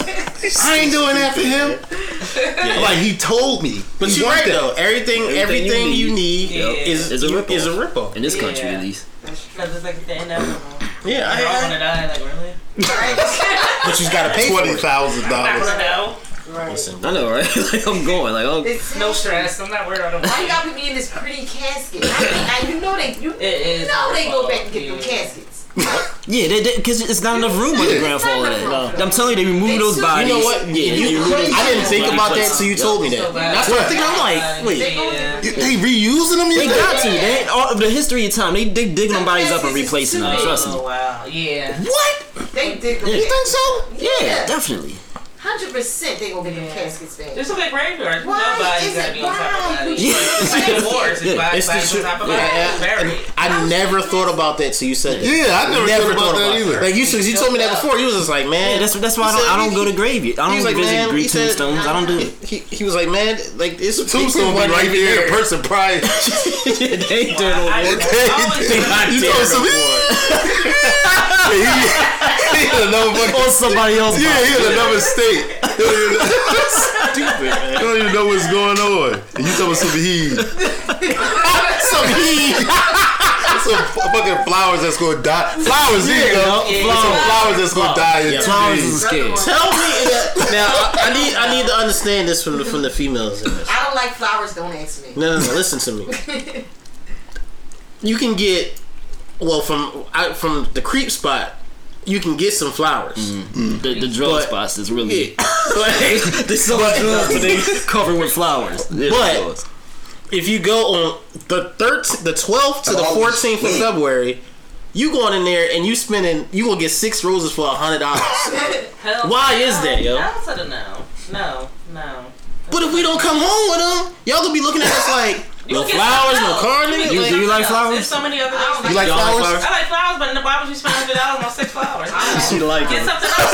I ain't doing that for him. I'm Like he told me, But He you're want right that. though. Everything, Everything you everything need. you need Yep. is Is is a a ripoff. ripple. In this country, Yeah. at least. Because it's like the inevitable. Yeah, I don't I, want I, to die. Like really? but you just gotta pay for Twenty it. thousand I'm not dollars. gonna know. Right. I know, right? like I'm going. Like oh, It's No stress. I'm not worried about Why you it. got to be in this pretty casket? I, I, you know they. You It is. know they go back and get Yeah. them caskets. Yeah, they because it's not enough room on the Yeah. ground for all of No. that. I'm telling you, they remove They those still- You bodies. You know what? Yeah, You- they remove those I didn't bodies think and about that replace till you them. told me that. So bad. That's what I'm thinking. I'm like, wait, Yeah. You- They reusing them? They yet? got to. They all of the history of time. They they digging them bodies up and replacing them. Trust me. Oh, wow. Yeah. What? They did them. You think so? Yeah, definitely. Hundred percent, they gonna get them caskets back. There's some big graveyards. Why Nobody's is gotta it- be on top of why? bodies. Yeah. It's like wars. Yeah, It's bodies it's the bodies on truth. top of Yeah, bodies. Buried. I never thought about that till you said that. Yeah, I never, thought about that either. Like you, said- you told me that before. You was just like, man, Yeah, that's that's why I he don't, said- I don't go to graveyard. I he's don't like, visit man, he Greek said- tombstones. I don't do it. He, he was like, man, like it's a Tombstone be right there. The person prior. they ain't doing no I- work. I you know, so he, he, he in another fucking, Or somebody else. yeah, he in another state. He don't even know- Stupid, he man. don't even know what's going on. And you talking some heat, Some heat. some fu- fucking flowers that's gonna die. Flowers, yeah, you know, yeah, flowers, some yeah. flowers that's gonna die. in Yeah. two Flowers days. is scared. Tell me that- now. I I need I need to understand this from the from the females. In this. I don't like flowers. Don't ask me. No, no, no. Listen to me. You can get well from I, from the creep spot. You can get some flowers. Mm. The, the drug But- spots is really Like, they sell drugs but they covered with flowers. Yeah, But- of course. if you go on the thirteenth, the twelfth to the Oh, fourteenth of February, you going in there and you spending, you gonna get six roses for a hundred dollars. Hell Why no. is that, yo? Hell to the no. No, no. but if we don't come home with them, y'all gonna be looking at us like no can- flowers, no no, carnage. You- like- do you like flowers? There's so many other things. You like I flowers? I like flowers, but then why would you spend hundred dollars on six flowers? I don't She know. like it. Get something else.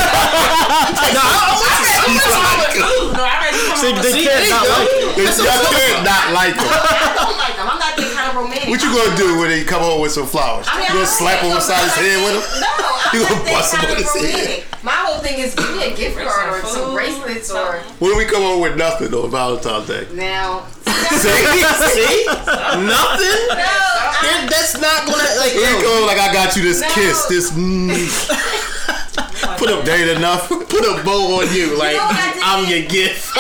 No, Oh, I- I- Ooh, no, I read you See, from they can't not like it. It's y'all can't not like them. I don't like them. I'm not that kind of romantic. What you gonna do when they come home with some flowers? I mean, I'm You gonna not slap saying him don't inside his like head it. with him? No, I'm You not gonna that bust him kind on of his head. romantic. My whole thing is give me a gift Bring card or some some food, bracelets or something. When we come home with nothing on Valentine's Day. now. See, nothing. No, I- That- that's not gonna like. Here you yo, go, like I got you this No. kiss, this mm, the put up date enough, put a bow on you, like Like You know what I did? I'm your gift.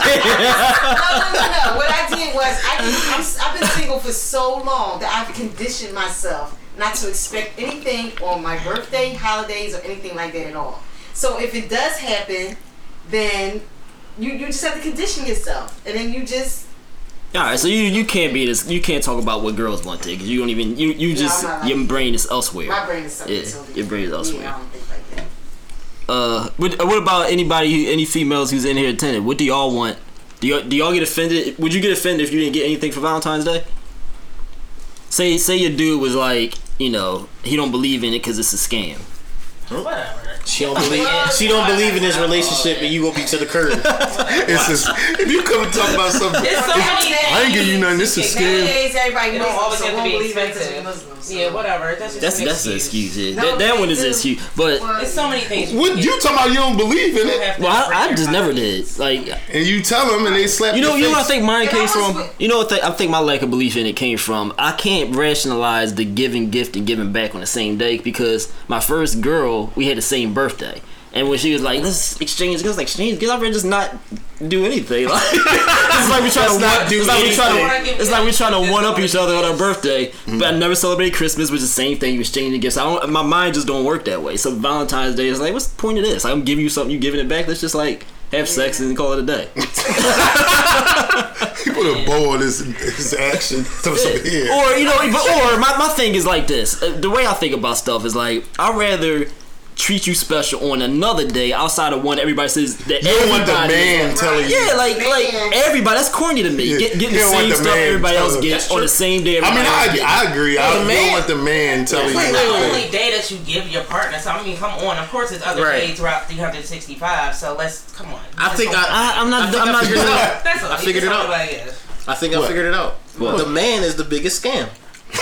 no, no, no, no. What I did was I can, I'm, s- I've been single for so long that I've conditioned myself not to expect anything on my birthday, holidays, or anything like that at all. So if it does happen, then you, you just have to condition yourself, and then you just All right, so you you can't be this. You can't talk about what girls want to because you don't even you you just I'm not your like- brain is elsewhere. my brain is something. Yeah, totally your brain is different. elsewhere. Yeah, I don't think like that. Uh, what, what about anybody, who, any females who's in here attending? What do y'all want? Do y'all, do y'all get offended? Would you get offended if you didn't get anything for Valentine's Day? Say say your dude was like, you know, he don't believe in it because it's a scam. Whatever. She don't believe. She don't believe in this relationship, and you gonna be to the curb. It's just, if you come and talk about something, It's so many I ain't giving you nothing. This is scam. Nowadays, everybody It don't Muslim, always so have to won't be believe it 'cause expensive. we're Muslim. So. Yeah, whatever. That's just That's an that's an excuse. Yeah. No, that that one is an they do. excuse. But well, Well, There's so many things. What you talking about? You don't believe in it, I, I just never did. Like and you tell them, and they slap you know, Your you know what I face. think mine It came always from. would- You know what th- I think my lack of belief in it came from. I can't rationalize the giving gift and giving back on the same day because my first girl, we had the same birthday, and when she was like, "Let's exchange gifts," I was like exchange gifts, I'd rather just not do anything. Like, it's like we trying to Let's not one- do it's like we trying to anything. it's like we trying to one up each other on our birthday, Mm-hmm. but I never celebrate Christmas, which is the same thing. You exchanging gifts. I don't. My mind just don't work that way. So Valentine's Day is like, what's the point of this? I'm giving you something, you giving it back. Let's just like have sex and call it a day. You put a bow on this, this action. Throw some here. Or you know, but or my, my thing is like this. Uh, The way I think about stuff is like I'd rather treat you special on another day outside of one everybody says that you don't want the everybody- man telling you. Yeah, like like Man. everybody. That's corny to me. Yeah, Get, getting you the don't want same the stuff man everybody telling else you. gets That's on true. the same I day. mean, everybody else I, I agree. I The don't man- want the man telling It's you. the nothing. only day that you give your partner. So I mean, come on. Of course, it's other Right. days throughout 365. So let's come on. I think I. I, I'm not. I think I'm I not. figured it doing- out. That's all. I figured it That's out. all I guess. I think I What? figured it out. What? The man is the biggest scam. It's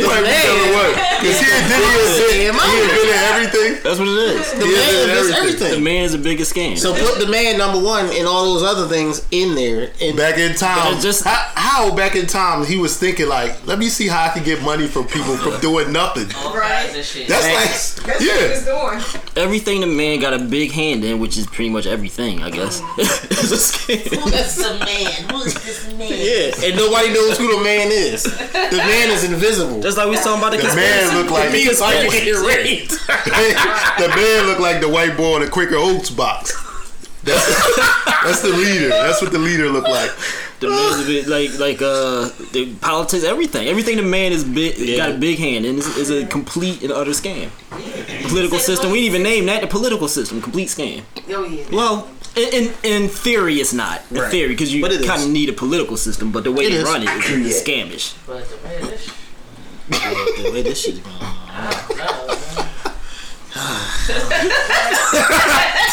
You might be man- telling what? Because he invented Damn, I- he invented everything. That's what it is. The Yeah, man that's is everything. everything. The man is the biggest scam. So put the man number one and all those other things in there. And Back in time, It's just- how, how back in time he was thinking like, let me see how I can get money from people from doing nothing. all kinds of shit. That's That's like, what he yeah, was doing. everything the man got a big hand in, which is pretty much everything, I guess. it's a scam. Who is the man? Who is this man? Yeah, and nobody knows who the man is. The man is invisible. Just like we was talking about the, The conspiracy. man looked like He is like getting raped. the man looked like the white boy in the Quaker Oats box. That's that's the leader. That's what the leader looked like. The man's a bit like like uh the politics, everything, everything. The man is big, got a big hand, and is a complete and utter scam. Political system. We didn't even name that the political system. Complete scam. Oh yeah. Well, in in, in theory, it's not in Right. theory because you But it kind is. of need a political system. But the way It they is. run it is Yeah. scamish. But the man, this shit, the way this shit is going. no, man.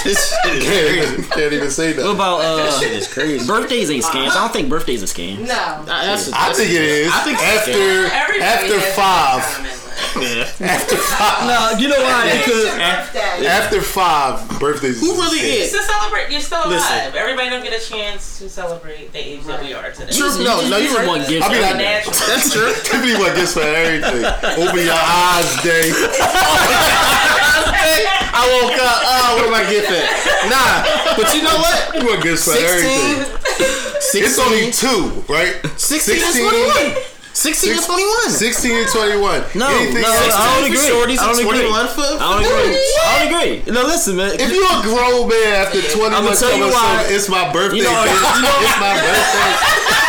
This shit Can't is crazy. even, can't even say What that. about This uh shit is crazy. birthdays? Ain't scams. I don't think birthdays are scams. No. I, that's, I think it is. I think so. after after five, yeah. after five, Uh, No, you know why? It's your Because birthday. after five birthdays. Who really It's is? to celebrate. You're still alive. Listen. Everybody don't get a chance to celebrate the age that we are today. True. No, no, you're right. one gives. I mean, I- everything. Natural. That's true. Tiffany wants gifts for everything. Open your eyes day. I woke up. Uh, Oh, what am I getting? Nah, but you know what? You want gifts for everything. 16, 16, It's only two, right? 16, and 21. 16 and 21. 16 and 21. No, Anything no, else? I don't agree. Shorties I don't and agree. 21 I for, don't agree. I don't agree. No, listen, man. If you're a grown man after 21 I'ma coming tell you why. so it's my birthday, You know- bitch. you know- it's my birthday.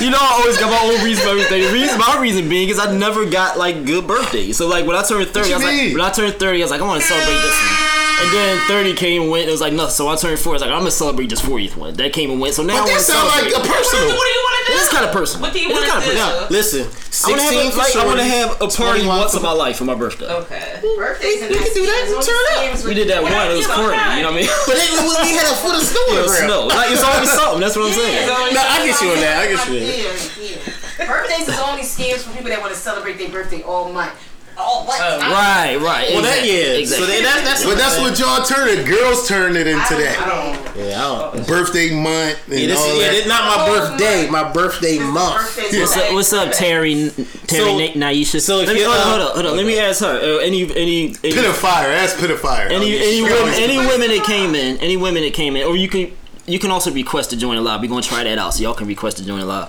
You know, I always got my own reason for everything. The reason, my reason being is I never got like good birthdays. So like when I turned thirty, you I was mean? like, when I turned thirty, I was like, I want to celebrate this one. And then thirty came and went. and It was like no. So I turned forty. I was like, I'm gonna celebrate this fortieth one. That came and went. So now But that I want to sound like celebrate. a personal. What do you want to do? It's kind of personal. What do you It's want kinda to do? personal. Listen, I want 16 to have, a- for like, I wanna shorties, have a party 21 once for in my life for my birthday. Okay. Birthdays and You can do that and turn up. We did that Well, one. It you was know, corny. fine. You know what I mean? But it was we had a foot of snow on It the was ground. snow. Like it's always something. That's what I'm saying. No, I get you on that. I get you on that. Yeah, yeah. Birthdays is only scams for people that want to celebrate their birthday all month. All month. Oh, I- Right, right. Well, that, exactly, yeah. Exactly. So they, that, that's But that's what y'all turn it. Girls turn it I into don't- I that. don't- Yeah, I don't. Birthday month and Yeah, this all is, yeah, that. this not my Oh, birthday. my- My birthday month. Birthdays What's up, what's up, Terry? Terry So- Na- Naisha. so if let me, you're, hold, on, uh, hold on, hold on. Let me ask her. Uh, any, any, any, Pit of fire. That's pit of fire. any, any Straight women, up. any women that came in, any women that came in, or you can, you can also request to join a live. We're gonna try that out, so y'all can request to join a live.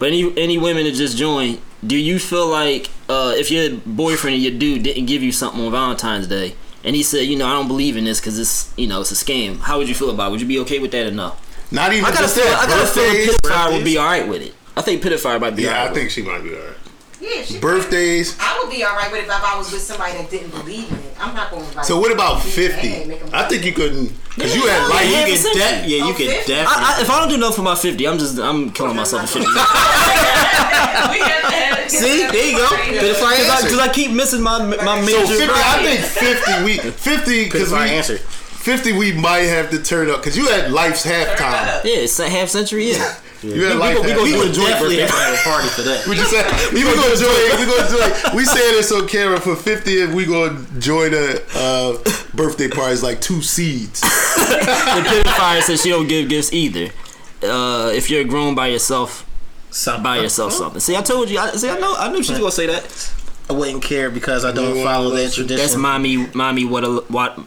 But any, any women that just joined, do you feel like uh, if your boyfriend and your dude didn't give you something on Valentine's Day, and he said, you know, I don't believe in this because it's, you know, it's a scam. How would you feel about? it? Would you be okay with that or no? Not even I gotta just feel, that. I gotta feel Birthdays, Pitfire would birthdays. be all right with it. I think Pitfire might be. all Yeah, right I with it. think she might be alright. Yeah, she- Birthdays. I would be all right with it if I was with somebody that didn't believe in it. I'm not going to invite So what about Yeah, fifty? make 'em- I think you couldn't because you had Yeah, like yeah, you yeah. could That, yeah, you Oh, could fifty? definitely. I, I, if I don't do nothing for my fifty, I'm just I'm killing myself at fifty. We got that. See, there you go. Bit of fire answer. Because I keep missing my my so major. fifty. I think fifty. We fifty Bit of because fire we answer. fifty. We might have to turn up because you had life's halftime. yeah, it's a half century. Yeah. You had life. we halftime. gonna do a enjoy joint birthday. birthday party for that. We just said we gonna join. We gonna join. We said this on camera for fiftieth. We gonna join a uh, birthday parties like two seeds. the pit of fire says she don't give gifts either. Uh, if you're grown by yourself, buy yourself something. See, I told you. I, see, I know. I knew she was gonna say that. I wouldn't care because I don't Yeah. follow that tradition. That's mommy. Mommy, what a what.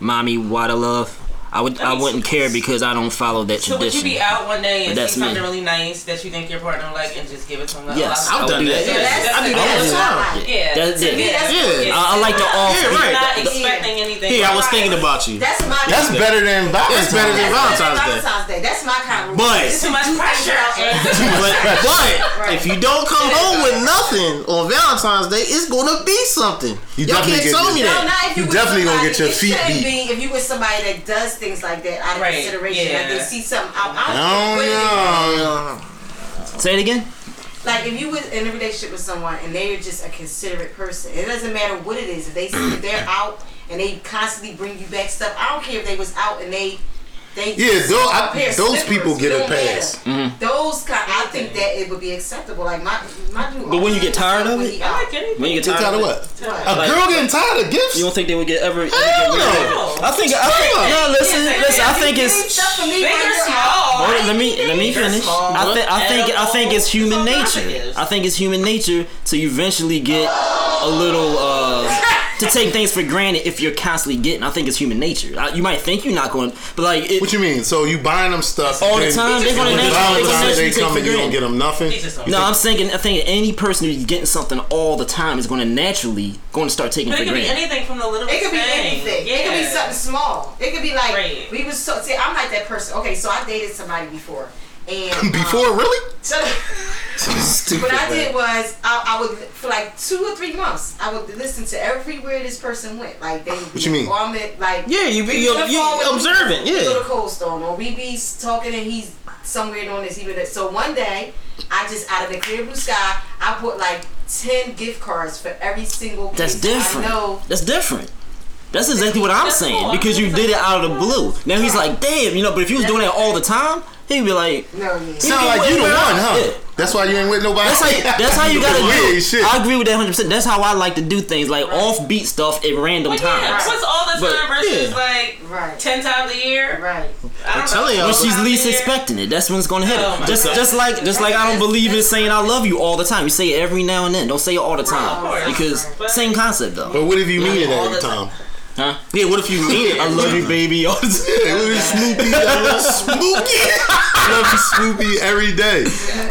Mommy, what a love. I would. I wouldn't care because I don't follow that So would you tradition. be out one day and But that's see something me. really nice that you think your partner will like and just give it to him? Yes. I've Oh, would done do that. that. Yeah. I That's do that all not the time. right. Yeah. That's To it. me, that's Yeah. cool. I, I like the off. Yeah, right. Not the- expecting anything. Hey, I was Right. thinking about you. That's my That's better than Valentine's. That's better than Day. That's Valentine's Day. Day. That's my kind of But- This is Too much you pressure. out and- But, but Right. if you don't come home with nothing on Valentine's Day, it's gonna be something. You You all definitely can't get tell me No, this. that. not if You you with definitely somebody- gonna get your it feet shouldn't beat. Be if you with somebody that does things like that out of Right, consideration, like yeah. they see something. I, I I what don't it is. know. Uh, Say it again. Like if you was in a relationship with someone and they're just a considerate person, it doesn't matter what it is. If they see if they're out and they constantly bring you back stuff, I don't care if they was out and they they Yeah, just tho- a I- pair of those slippers, people get a don't matter. pass. Mm-hmm. Those kind, I think that it would be acceptable. Like my my dude. But when you get tired of when it, he I out. like anything. When you get You tired, tired of it, what? A What? Like- girl getting tired of gifts. You don't think they would get ever? ever get Hell rid of it? no. I think. I think no, listen, listen. I think You need it's. stuff for me Big when or you're out. small. Hold on, let me let me Big or finish. small. I think I think I think it's human Edible. nature. I think it's human nature to eventually get a little uh to take things for granted if you're constantly getting. I think it's human nature. I, you might think you're not going, but like it, What you mean? So you buying them stuff All the then time, they when gonna the nat- Valentine's they gonna Day naturally take come for and you don't granted. get them nothing. It's just all- No, I'm thinking. I think any person who's getting something all the time is going to naturally going to start taking But it it for could be granted. anything from the little It could be thing. anything. Yeah. It could be something small. It could be like Right. we was so see. I'm like that person. Okay, so I dated somebody before, and Before Um, really? so, Stupid. What I man. did was I, I would for like two or three months I would listen to everywhere this person went. Like they What you mean? Garment, like Yeah, you be we you on the phone you with- observant. we go Yeah. to Cold Stone or we be talking and he's somewhere doing this even that. So one day I just out of the clear blue sky I put like ten gift cards for every single. That's place different. I know. That's different. That's exactly what I'm That's saying cool. because you did it out of the blue. Now he's like, damn, you know. But if he was doing that all the time, he'd be like, No, yeah. Sound like you the one, huh? Yeah. That's why you ain't with nobody. That's how that's how you gotta do. Weird it. shit. I agree with that hundred percent. That's how I like to do things, like offbeat stuff at random But yeah, times. what's all the time But- versus yeah. like Right. ten times a year? Right. Oh, I don't telling y'all. know. When Well, she's Times a least year. expecting it, that's when it's gonna hit Oh her. my Just God. just like just like I don't believe in saying I love you all the time. You say it every now and then. Don't say it all the Right. time because But- same concept though. But what if you mean it all every the time? Huh? Yeah. What if you need it? I love you, baby. All the time. Yeah, what if Snoopy? I love Snoopy. I love you, Snoopy, every day.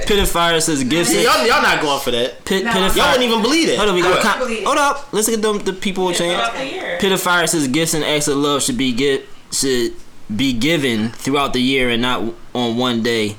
Pit and Fire says gifts. See, Pit, y'all y'all not going for that. pit No. and Y'all Y'all Fire. wouldn't even believe Hold that. on, we got a What? com- Hold up. Let's get them the people a chance. Throughout the year. Pit of Fire says gifts and acts of love should be get should be given throughout the year and not on one day.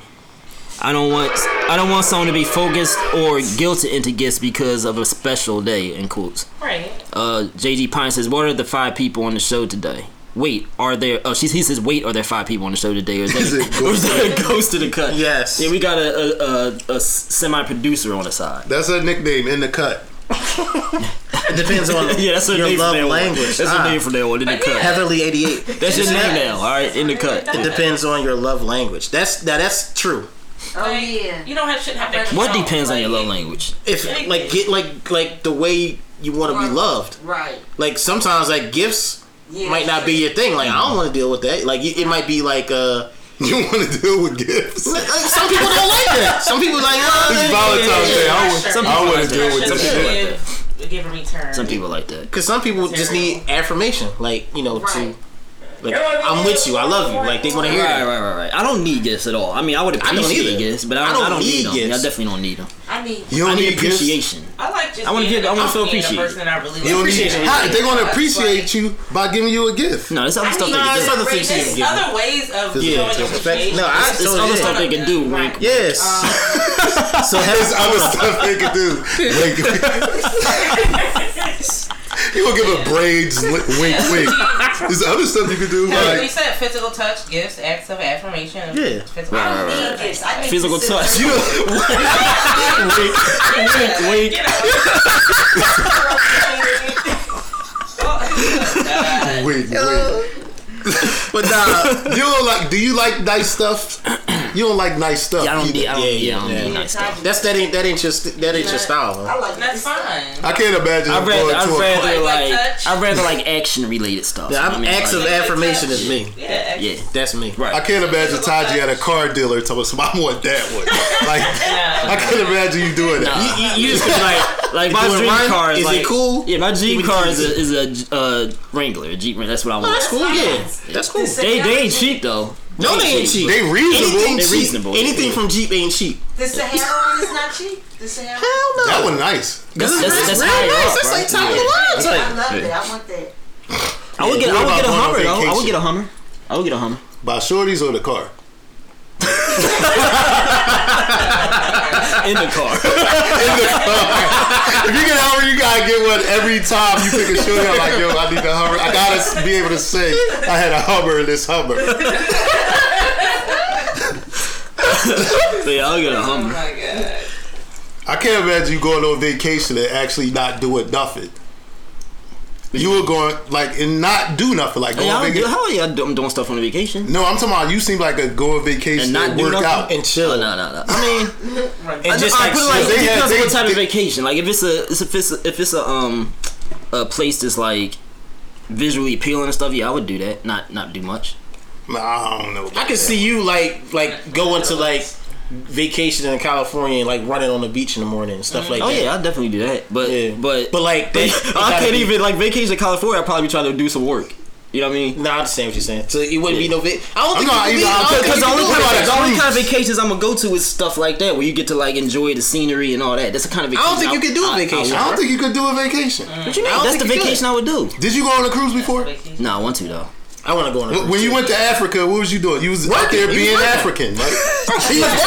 I don't want I don't want someone to be focused or guilted into gifts because of a special day. In quotes, Right. uh, JG Pine says, "What are the five people on the show today?" Wait, are there? Oh, she, he says, "Wait, are there five people on the show today?" Or is that, Is it or is that a ghost to the cut? Yes. Yeah, we got a a, a, a semi producer on the side. That's her nickname in the cut. It depends on Yeah, that's her your name love from now on. language. That's Ah, her name from now on in the cut. Heavenly eighty eight. That's your name now. All right, in the cut. It depends on your love language. That's now that's true. Oh yeah. You don't have shit have to What count, depends on like, your love language? If like get like like the way you want to be loved. Right. Like sometimes like gifts Yeah. might not be your thing. Like I don't want to deal with that. Like it it might be like uh. You want to deal with gifts? like, some people don't like that. Some people like It's oh, Valentine's Day. I would- Some I people wouldn't like deal that. with Some this people shit. like Give, give a return. Some people like that. because some people just need affirmation. Like you know Right. to. Like, I'm with you. I love you. Like they want to hear Right, that. right, right, right. I don't need gifts at all. I mean, I would don't appreciate either. gifts, but I don't, I don't need, them. gifts. I definitely don't need them. I mean. You I don't need need gifts. appreciation. I like just. I wanna being give- I wanna in the feel company of the appreciated. person that I really You don't like. need. Appreciation. How, they're gonna That's appreciate you by giving you a gift. No, there's other stuff they Nah, it's can do. other things you There's can give. other ways of Yeah, showing it's appreciation. No, I There's so other yeah. stuff they can do. Right. Wink. Yes. Um, so There's heaven, other stuff they can do. Like, you gonna give a braids li- wink, wink. There's other stuff you can do. Like we Like, said, physical touch, gifts, acts of affirmation. Yeah. Physical Right, I right, need gifts. I need Physical to sit- touch. you know, wink, wink. You know. Oh, wink, wink. but nah, You don't like? Do you like nice stuff? You don't like nice stuff. Yeah, I don't either. need. I don't, Yeah, yeah, yeah, I don't yeah. need nice stuff. that's that ain't that ain't just that ain't your style. I Huh? like That's this. fine. I can't imagine. I'd I'm rather, going to I'd a rather Like, like like, touch? I'd rather like action related stuff. I Yeah, I'm mean, acts of like, affirmation is me. Yeah. yeah, That's me. right. I can't imagine Taji at a car dealer telling us, "I want that one." Like, I can't imagine you doing that. You, you, you just be like Like my Doing dream mine, car is, is it like- cool? Yeah, my dream With car these. is a, is a uh, Wrangler, a Jeep Wrangler. That's what I oh, want. that's cool. Yeah, that's cool. This- They they ain't cheap though. No, they ain't cheap. They reasonable. Anything They cheap. reasonable. Anything Yeah. from Jeep ain't cheap. The Sahara one is not cheap. The Sahara. Hell no. That one nice. That's, that's, that's, real higher nice. up, That's bro. like top Yeah. of the line. I Type. love that. I want that. I would get, What I would about get a going on Hummer though. I would vacation? get a Hummer. I would get a Hummer. By shorties or the car? In the car. If you get a Hummer, you gotta get one every time you pick a shorty. I'm like, yo, I need a Hummer. I gotta be able to say I had a Hummer in this Hummer. so yeah, I'll get a Hummer. my god. I can't imagine you going on vacation and actually not doing nothing. You were going like and not do nothing, like go Hey, I on don't do, vacation. how are y'all do, I'm doing stuff on a vacation? No, I'm talking about you seem like a go on vacation And and, not do work nothing? out. And chill. Oh, no, no, no. I mean, And just I like, put it like they it had- depends on they- what type of they- vacation. Like if it's a it's- if it's a, if it's a um a place that's like visually appealing and stuff. Yeah, I would do that. Not not do much. Nah, I don't know. I can see you like like going to like vacationing in California and like running on the beach in the morning and Mm-hmm. stuff like Oh that. yeah, I definitely do that. But Yeah. but But, like, they- it I gotta can't be- even like vacation to California. I'd probably be trying to do some work. You know what I mean? Nah, I understand what you're saying. So it wouldn't be no vac. I don't think not either. you I don't Cause- think Because cause the you can only do do all kind, of, it that. like the that. only kind of vacations I'm gonna go to is stuff like that, where you get to like enjoy the scenery and all that. That's the kind of I vacation. don't think you can do I- a I- vacation. I don't think you could do a vacation. What you mean? I don't That's the think you could. vacation I would do. Did you go on a cruise before? No, I want to though. I want to go on a When you went to Africa, what was you doing? You was out Working. there You being working. African, right? you was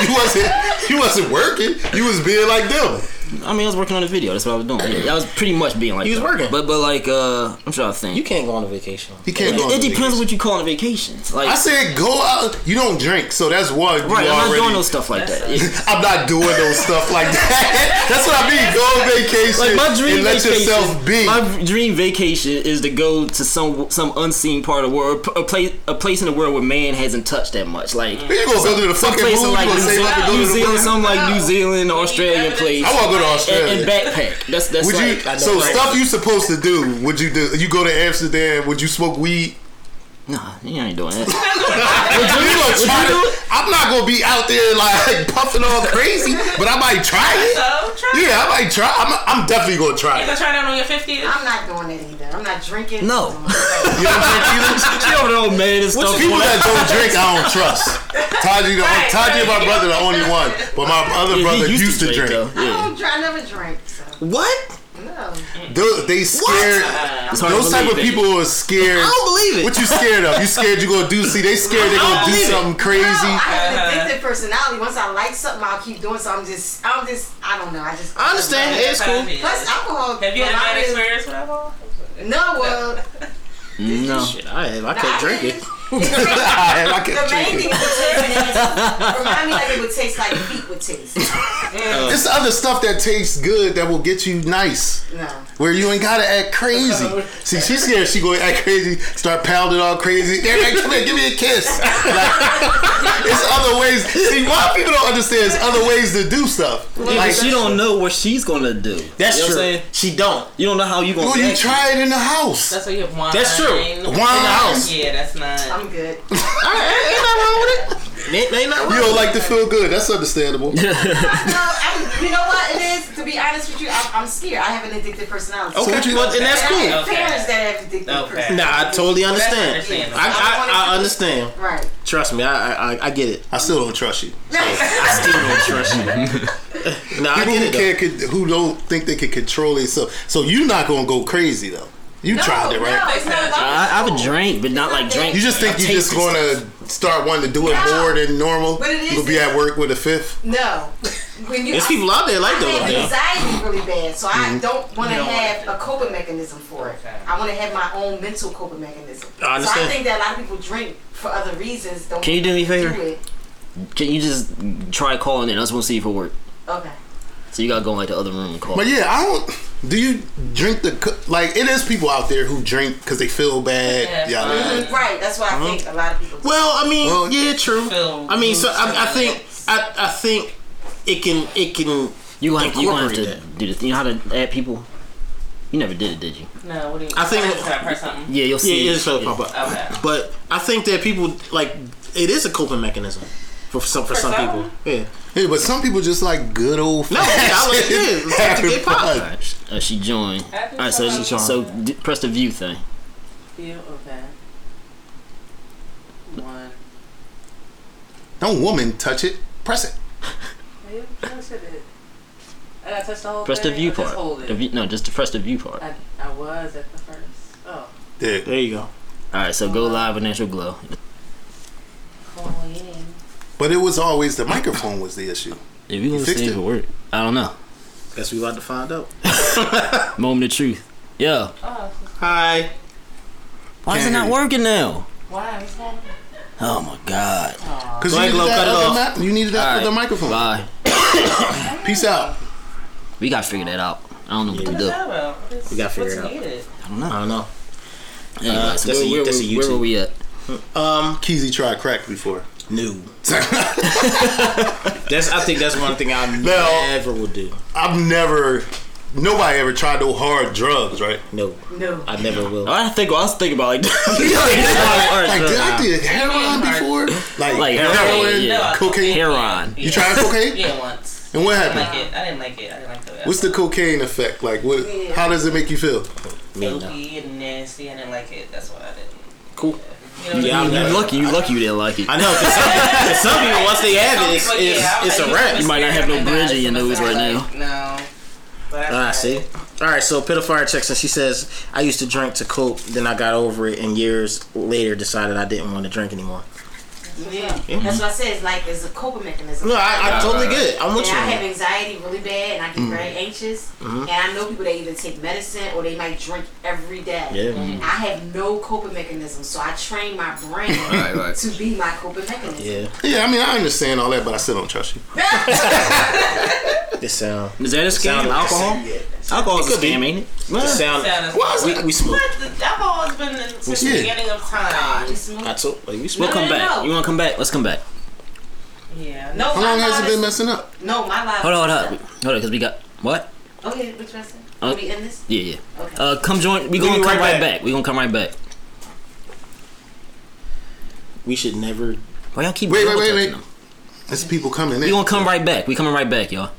working. you wasn't. You wasn't working. You was being like them. I mean, I was working on the video. That's what I was doing. Yeah, I was pretty much being like. You was that. working. but but like uh, I'm trying to think. You can't go on a vacation. You can't go. on it, it a vacation. depends what you call it a vacation. Like I said go out. You don't drink, so that's one. right, you I'm not already- doing no stuff like that. Yeah. I'm not doing no stuff like that. That's what I mean. Go on vacation Like my dream and let vacation, yourself be. my dream vacation is to go to some some unseen part of the world, a place a place in the world where man hasn't touched that much, like you gonna go to the some fucking moon? place in You like New, gonna save up and Zealand, go to New the Zealand, moon? some like New Zealand, Australian place, I want to go to Australia. and, and backpack. That's that's Would like you so stuff you supposed to do? Would you do? You go to Amsterdam? Would you smoke weed? nah, you ain't doing that. You gonna try to- I'm not gonna be out there like puffing all crazy, but I might try it. So, try it. Yeah, I might try. I'm, I'm definitely gonna try You it. gonna try that on your 50th? I'm not doing that either. I'm not drinking. No. You know what I'm saying? she over there, old man, and stuff. People that don't drink, I don't trust. Taji, the, Right, Taji, and my right. brother, the only one, but my other Yeah, he brother used, to drink. though. I Yeah. don't drink. I never drink. So What? no. Those, they scared. It's hard to Those type of believe it. people are scared. I don't believe it. What you scared of? You scared you gonna do? See, they scared they gonna do believe it. something No, crazy. I have an addictive personality. Once I like something, I'll keep doing something. I'm just, I'm just, I don't know. I just. I understand. It's cool. Plus, alcohol. Have you when had a I bad was- experience with alcohol? No, well, No. Shit, I have. I can't drink it. I the can't main drink thing it. is the Remind me like it would taste like feet would taste. It's other stuff that tastes good that will get you nice. No. Where you ain't gotta act crazy. See, she's scared she gonna act crazy, start pounding all crazy. Everybody, come here, give me a kiss. Like, it's other ways. See, why people don't understand is other ways to do stuff. Like Like, she don't know what she's gonna do. That's you know true. What I'm saying? She don't. You don't know how you gonna. well, you react. try it in the house. That's what you have wine. That's true. Wine in in the house. Yeah, that's not. I'm good. All right, ain't- ain't nothing wrong with it. Ain't, ain't nothing wrong. You don't like to feel good. That's understandable. No, I'm, you know what it is? To be honest with you, I'm, I'm scared. I have an addictive personality. Okay. But you- but- and that's And I cool. have Okay. parents that have addictive Okay. personalities. Nah, I totally understand. understandable. I, I, I understand. Right. Trust me, I, I- I, I get it. I still don't trust you. I still don't trust you. nah, I People get who it. though. can't, con- who don't think they can control themselves. So you're not gonna go crazy though. You tried it, right? No, it's not about I, I would drink, but not like drink. You just think I've you're just tasted going to start wanting to do it No. more than normal? But it is- You'll be at work with a fifth. No. When you, There's people out there like Mm-hmm. I that. have though. anxiety really bad, so I don't want to don't have want a coping mechanism for it. I want to have my own mental coping mechanism. I So I understand. think that a lot of people drink for other reasons. Don't Can you do me a favor? do it. Can you just try calling in? I just want to see you for work. Okay. So you gotta go in like the other room and call. But yeah, I don't. Do you drink the co- like? It is people out there who drink because they feel bad. Yeah. yada, yada. Right. That's why I Uh-huh. think a lot of people. Well, I mean, Well, yeah, true. Phil, I mean, so I, I Phil. think I, I think it can it can you gonna have, you gonna have to Incorporate do this. You know how to add people. You never did it, did you? No, what do you? I think- Did I press something? Yeah, you'll yeah, see. it is supposed to pop up. Okay. But I think that people like it is a coping mechanism for some for, some some? people. Yeah, Yeah, but some people just like good old. no, yeah, I was, yeah, it's like to get popped. Alright, uh, she joined. I think Alright, so somebody- so, so d- press the view thing. Feel okay. One. Don't woman touch it. Press it. Maybe I should have- I gotta touch the whole Press the thing view or just hold part. it? The view, no, just press the view part. I, I was at the first. Oh, Yeah. There you go. Alright, so Uh-huh. go live with natural glow. cool. Yeah. But it was always the microphone was the issue. If you gonna fixed see it? for work, I don't know. Guess we about to find out. Moment of truth. Yo, Oh, this is- Hi. why is it Can't not hear you. working now? why? What's happening? Oh my god. Because you, Go ahead, needed Glo, that cut it other off. ma- you needed that Alright, other microphone. Bye. Peace out. We gotta figure that out. I don't know what to do. How about? We gotta figure it out. Needed? I don't know. Anyway, so that's where, a- where, that's a were- where YouTube. were we at? Um, Keezy tried crack before. no. That's I think that's one thing I Now- never will do. I've never nobody ever tried no hard drugs, right? No, No. I never will. I think I was thinking about like, Like, did I did heroin before? Like, Like heroin, heroin, yeah. Oh, cocaine. heroin. You tried cocaine? Yeah, once. And what I didn't like happened? it. I didn't like it. I didn't like the. What's the cocaine effect? Like, what? How does it make you feel? Me, no. dopey and nasty? I didn't like it. That's why I didn't. Cool. You know what Yeah, I I'm mean? You not- lucky, you lucky you didn't like it. I know. Cause some, 'cause some people once they have it, it's it's, it's a wrap. You might not have no bridge in your nose right now. No. But I Ah, tried see. it. All right, so Pitifire checks and she says, "I used to drink to cope, then I got over it, and years later decided I didn't want to drink anymore." That's what I said. It's like it's a coping mechanism. No, I, I totally get it. I'm and with you. Mm. Uh-huh. I on have that. anxiety really bad, and I get very anxious. And I know people that either take medicine or they might drink every day. Yeah. I have no coping mechanism, so I train my brain Right, right. to be my coping mechanism. Yeah, Yeah, I mean, I understand all that, but I still don't trust you. this sound. Is that a scam? Alcohol? Alcohol's a scam, ain't it? The sound. Sound Why is We, we smoke. But the- I've always been in, since Yeah. the beginning of time. Just move. I told. Like, we smoke. We'll come no, back. no. You wanna come back? Let's come back. Yeah. No. How my long has life it been is- messing up? No, my life. Hold on, hold on. Hold on, cause we got what? Okay, what you saying? Uh, Are we in this? Yeah, yeah. Okay. Uh, come join. We gonna be come right right, back. back. We gonna come right back. We should never. Why y'all keep Wait, wait, double wait, touching wait. them? There's people coming We in. gonna come right back. We coming right back, y'all.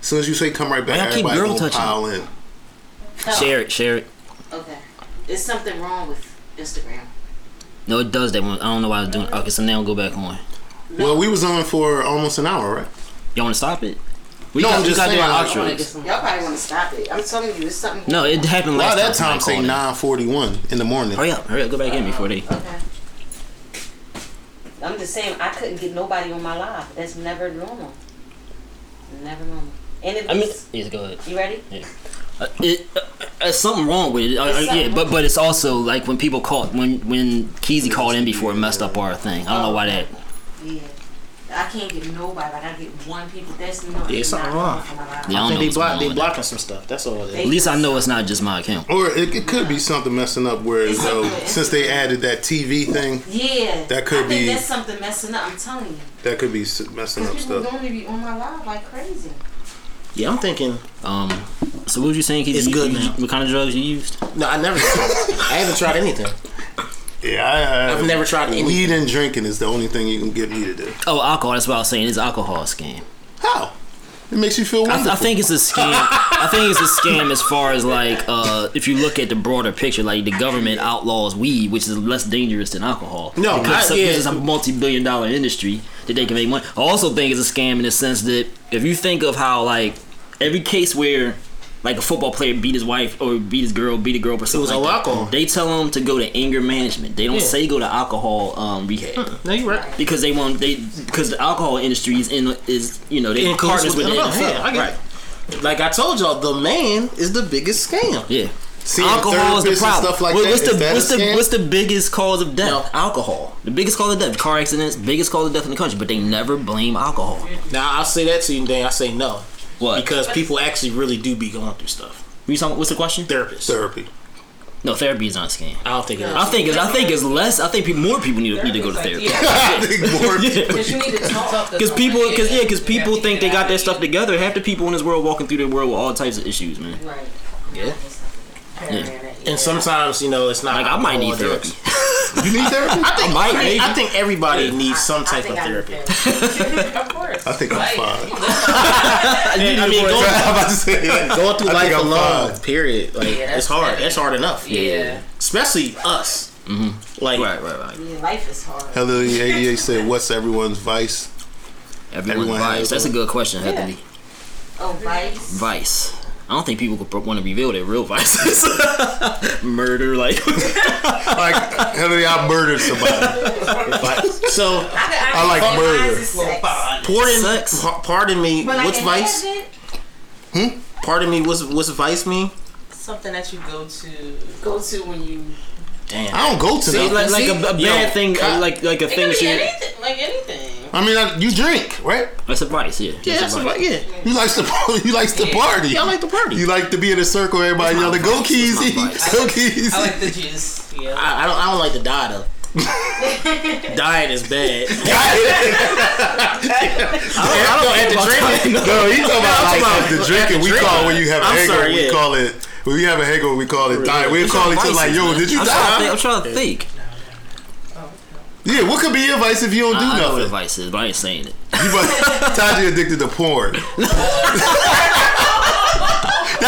As soon as you say come right back, Why y'all keep everybody girl gonna touching? pile in. Share it, share it. Okay. There's something wrong with Instagram. No, it does that one. I don't know why I was doing. it. Okay, so now go back on. Well, we was on for almost an hour, right? Y'all wanna stop it? We No, got, I'm we just gotta do saying, our like- outros. Y'all probably want to stop it. I'm telling you, it's something. No, it happened Wow, last that time. time I say called in. nine forty one in the morning. Hurry up, hurry up. Go back in before they. Okay. I'm just saying, I couldn't get nobody on my live. That's never normal. Never normal. And if I mean, it's- yeah, go ahead. you ready? Uh, it, uh, uh, something wrong with it. Uh, There's uh, yeah, something but but it's also like when people called when when Keezy called in before it messed up our thing. I don't know why that. Yeah. I can't get nobody. Like I get one people. That's not. Yeah, something not wrong. on my live. Yeah, I don't I think know. they what's block. going They on. blocking some stuff. That's all it is. They- At least I know it's not just my account. Or it, it could be something messing up where you know, since they added that TV thing, Yeah. That could I think be- that's something messing up. I'm telling you. that could be s- messing up Because people stuff. normally be on my live like crazy. Yeah, I'm thinking. Um, so what was you saying? Keezy? It's You- good you- now. What kind of drugs you used? No, I never. I haven't tried anything. Yeah, I, I, I've never tried anything. Weed and drinking is the only thing you can get me to do. Oh, alcohol. That's what I was saying. It's an alcohol scam. How? It makes you feel I, wonderful. I think it's a scam. I think it's a scam as far as like uh, if you look at the broader picture, like the government outlaws weed, which is less dangerous than alcohol. No, because, I- some- yeah. because it's a multi-billion-dollar industry that they can make money. I also think it's a scam in the sense that if you think of how like every case where like a football player beat his wife or beat his girl, beat a girl or something, was like all that, alcohol. They tell them to go to anger management. They don't Yeah. Hmm. say go to alcohol um, rehab No, you're right. because they want they because the alcohol industry is in is you know they In partners with the NFL. Yeah, I get right. it. Like I told y'all, the man is the biggest scam. Yeah. Seeing alcohol is therapists the and problem. stuff like What- that, what's is the that a what's the scam? what's the biggest cause of death? No. Alcohol. The biggest cause of death. Car accidents. Biggest cause of death in the country. But they never blame alcohol. Now I'll say that to you, and then I say no What? because people actually really do be going through stuff. you talking, what's the question? Therapists. therapy. No, therapy is not a scam. I don't think it I is. think it's, I think it's less. I think people, more people need to, need to go to Therapy's therapy. like, I think more people- Because you need to talk. Cause people, cause yeah, cause people Yeah. think they got their stuff together. Half the people in this world walking through the world with all types of issues, man. Right. Yeah. Yeah. And sometimes you know it's not. Like I might alcohol need or therapy. drugs. You need therapy? I think, might, I, think, I maybe. think everybody needs some type I of think I need therapy. Of course. I think I'm Like, fine. I mean, I'm going, about to say that. going through I life think I'm alone, fine. period. Like Yeah, it's that's hard. heavy. That's hard enough. Yeah. Especially us. Like Mm-hmm. Right, right, right. Yeah, life is hard. Hello, ADA said, "What's everyone's vice?" Everyone, Everyone has vice. That's a one. good question, Heatherly. Oh, vice. Vice. I don't think people could want to reveal their real vices. Murder, like. Like, Heather, I murdered somebody. vi- so I, could- I like could- murder. mine's is sex. pardon, Sex. pa- pardon me. But I what's can vice? Hmm? have it. Pardon me. What's what's vice mean? Something that you go to. Go to when you. Damn. I don't go to See, them. like, like a, a bad Yo, thing, uh, like like a It thing. could be She, anything. Like anything. I mean, I, you drink, right? that's a vice, yeah. Yeah, That's that's a right. vice. Yeah. You like to you like to party. Yeah, I like to party. You like to be in a circle, everybody That's my yelling, "Go vice. That's Keezy, my vice. go Keezy." I like the juice. Yeah. I, I don't. I don't like to die though. Dying is bad. I don't at the drink. No, he talking about I'm talking like about the at drinking. the We drink. call when you have I'm a hangover. sorry, We yeah. call it when we have a hangover. We call it diet. We call each other like, "Yo, did you die?" I'm Trying to think, I'm trying to think. Yeah, what could be your vice if you don't do I, I know what nothing? advice is, but I ain't saying it. You must- Taji addicted to porn. That's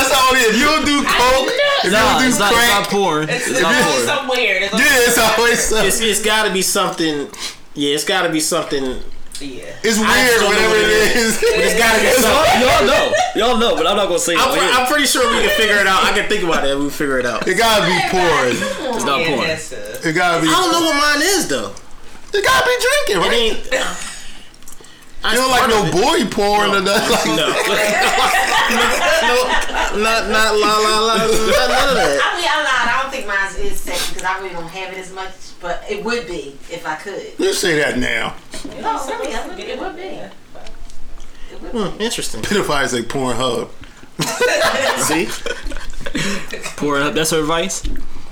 all it is. If you don't do coke, if you Nah, don't do it's not, it's not crack, porn. It's, It's not always porn. something weird. It's yeah, always- it's always uh, something. It's, it's got to be something. Yeah, it's got to be something. yeah. It's just weird, don't know whatever it what it is. It's got to be It's something. all- y'all know, y'all know, but I'm not gonna say it. I'm, on pre- here. I'm pretty sure we can figure it out. I can think about it. We figure it out. I It gotta be porn. It's not Yeah, porn. that's a- It gotta be. don't know what mine is though. It gotta be drinking, It right? You ain't. don't like no boy porn or nothing like No. no, not not la la la, not none of that. I mean, I'm not, I don't think mine is sexy because I really don't have it as much, but it would be if I could. You say that now. No, really, I think it would be. Hmm, interesting. Pedophiles say porn hub. See, Porn. up, That's her advice.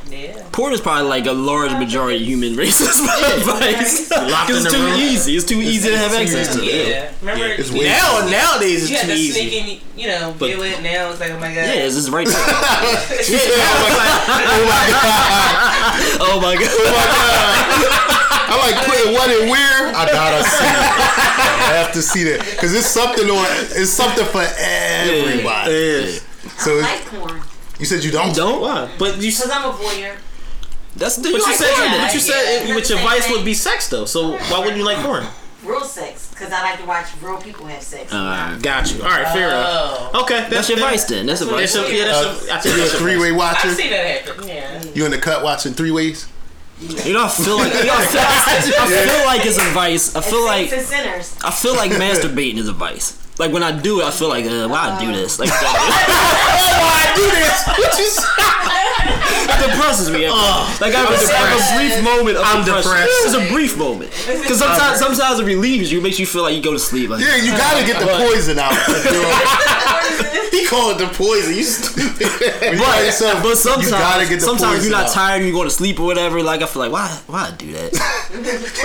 Yeah. Porn is probably like a large majority of human race's advice. Locked Because in it's the too room. easy. It's too easy to have access to. Yeah, Yeah. Remember, It's you weird. now nowadays it's had too to easy. sneak in, you know, do it. Now it's like, oh my god. it's just right there. oh my god. Oh my god. Oh my god. uh, I like putting what and where. I gotta see it. I have to see that. Cause it's something on it's something for everybody. Yeah. So I it's- like porn you said you don't Don't. Oh, Why? But you, because s- I'm a voyeur. That's the. but you said, porn, but you yeah. said, it- but your vice would be sex though. So why wouldn't you like porn? Real sex because I like to watch real people have sex. Alright. Got you. All right, fair enough. Okay, That's your fair. advice then. That's That's advice. your, yeah, that's your, I think Uh, you a that's your three way watcher? I've seen that happen. Yeah. You in the cut watching three ways? You know, I feel like you know, I, feel, I feel like it's advice. I feel like Saints and sinners. I feel like masturbating is advice. Like when I do it, I feel like, uh, why I do this? Like I do this. What you say? it depresses me. like I just depressed. have a brief moment of I'm depression. depressed. It's a brief moment because sometimes sometimes it relieves you, it makes you feel like you go to sleep. Like, Yeah, you gotta get the poison out. he called it the poison. You stupid. But, but sometimes, you gotta get the sometimes poison you're not out. tired, you going to sleep or whatever. Like I feel like, why, why I do that?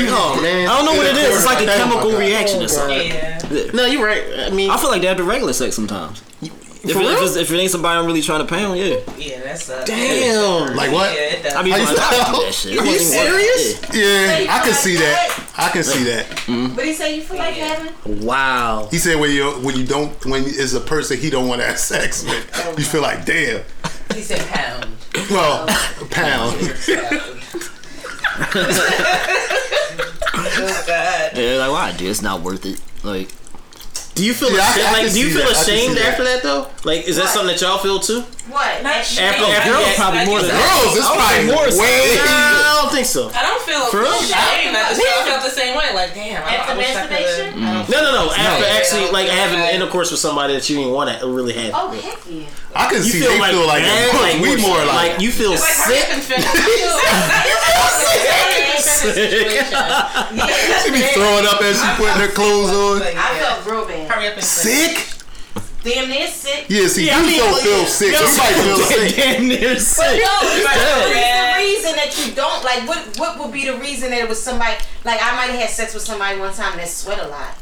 Oh man. I don't know what it is. It's like a Oh, chemical God. reaction or something. Yeah. No, you're right. I mean, I feel like that to regular sex sometimes. If, it, real? if, it's, if it ain't somebody I'm really trying to pound, yeah. Yeah, that's a. damn. Like what? Yeah, Yeah, it does. I mean, Are you- like, I do that shit. Are you serious? I can see that. I can see that. But he said you feel like having. Wow. He said when you when you don't when it's a person he don't want to have sex with, you feel like damn. He said pound. Well, pound. Oh god. Yeah, Yeah, like why I do? It's not worth it. Like Do you feel Yeah, I ashamed, can- I like? can Do you see feel that. I can ashamed see that. after that though? Like, is that something that y'all feel too? What? That- Not shame. Afro- I girls just- probably I more just- than- Girls, it's probably more so. way. I don't think so. I don't feel For real? shame. I just feel I felt the same way. Like damn. I, After I wish I could- mm. masturbation? No, no, no. After No. actually, like, Yeah. having intercourse with somebody that you didn't want to really have. Oh heck yeah! I can You see they feel like, bad, of course, we more like, you feel Like I sick. even feel. I she be throwing up as she putting her clothes on. feel. I I felt real bad. Hurry up and say. Sick? Damn near sick. Yeah, see, Yeah, you I mean, don't like, feel yeah. sick. Yeah. Somebody feels sick. damn near sick. No, it's like, Yeah. what is Yeah. the reason that you don't like? What What would be the reason that it was somebody? Like I might have had sex with somebody one time that sweat a lot,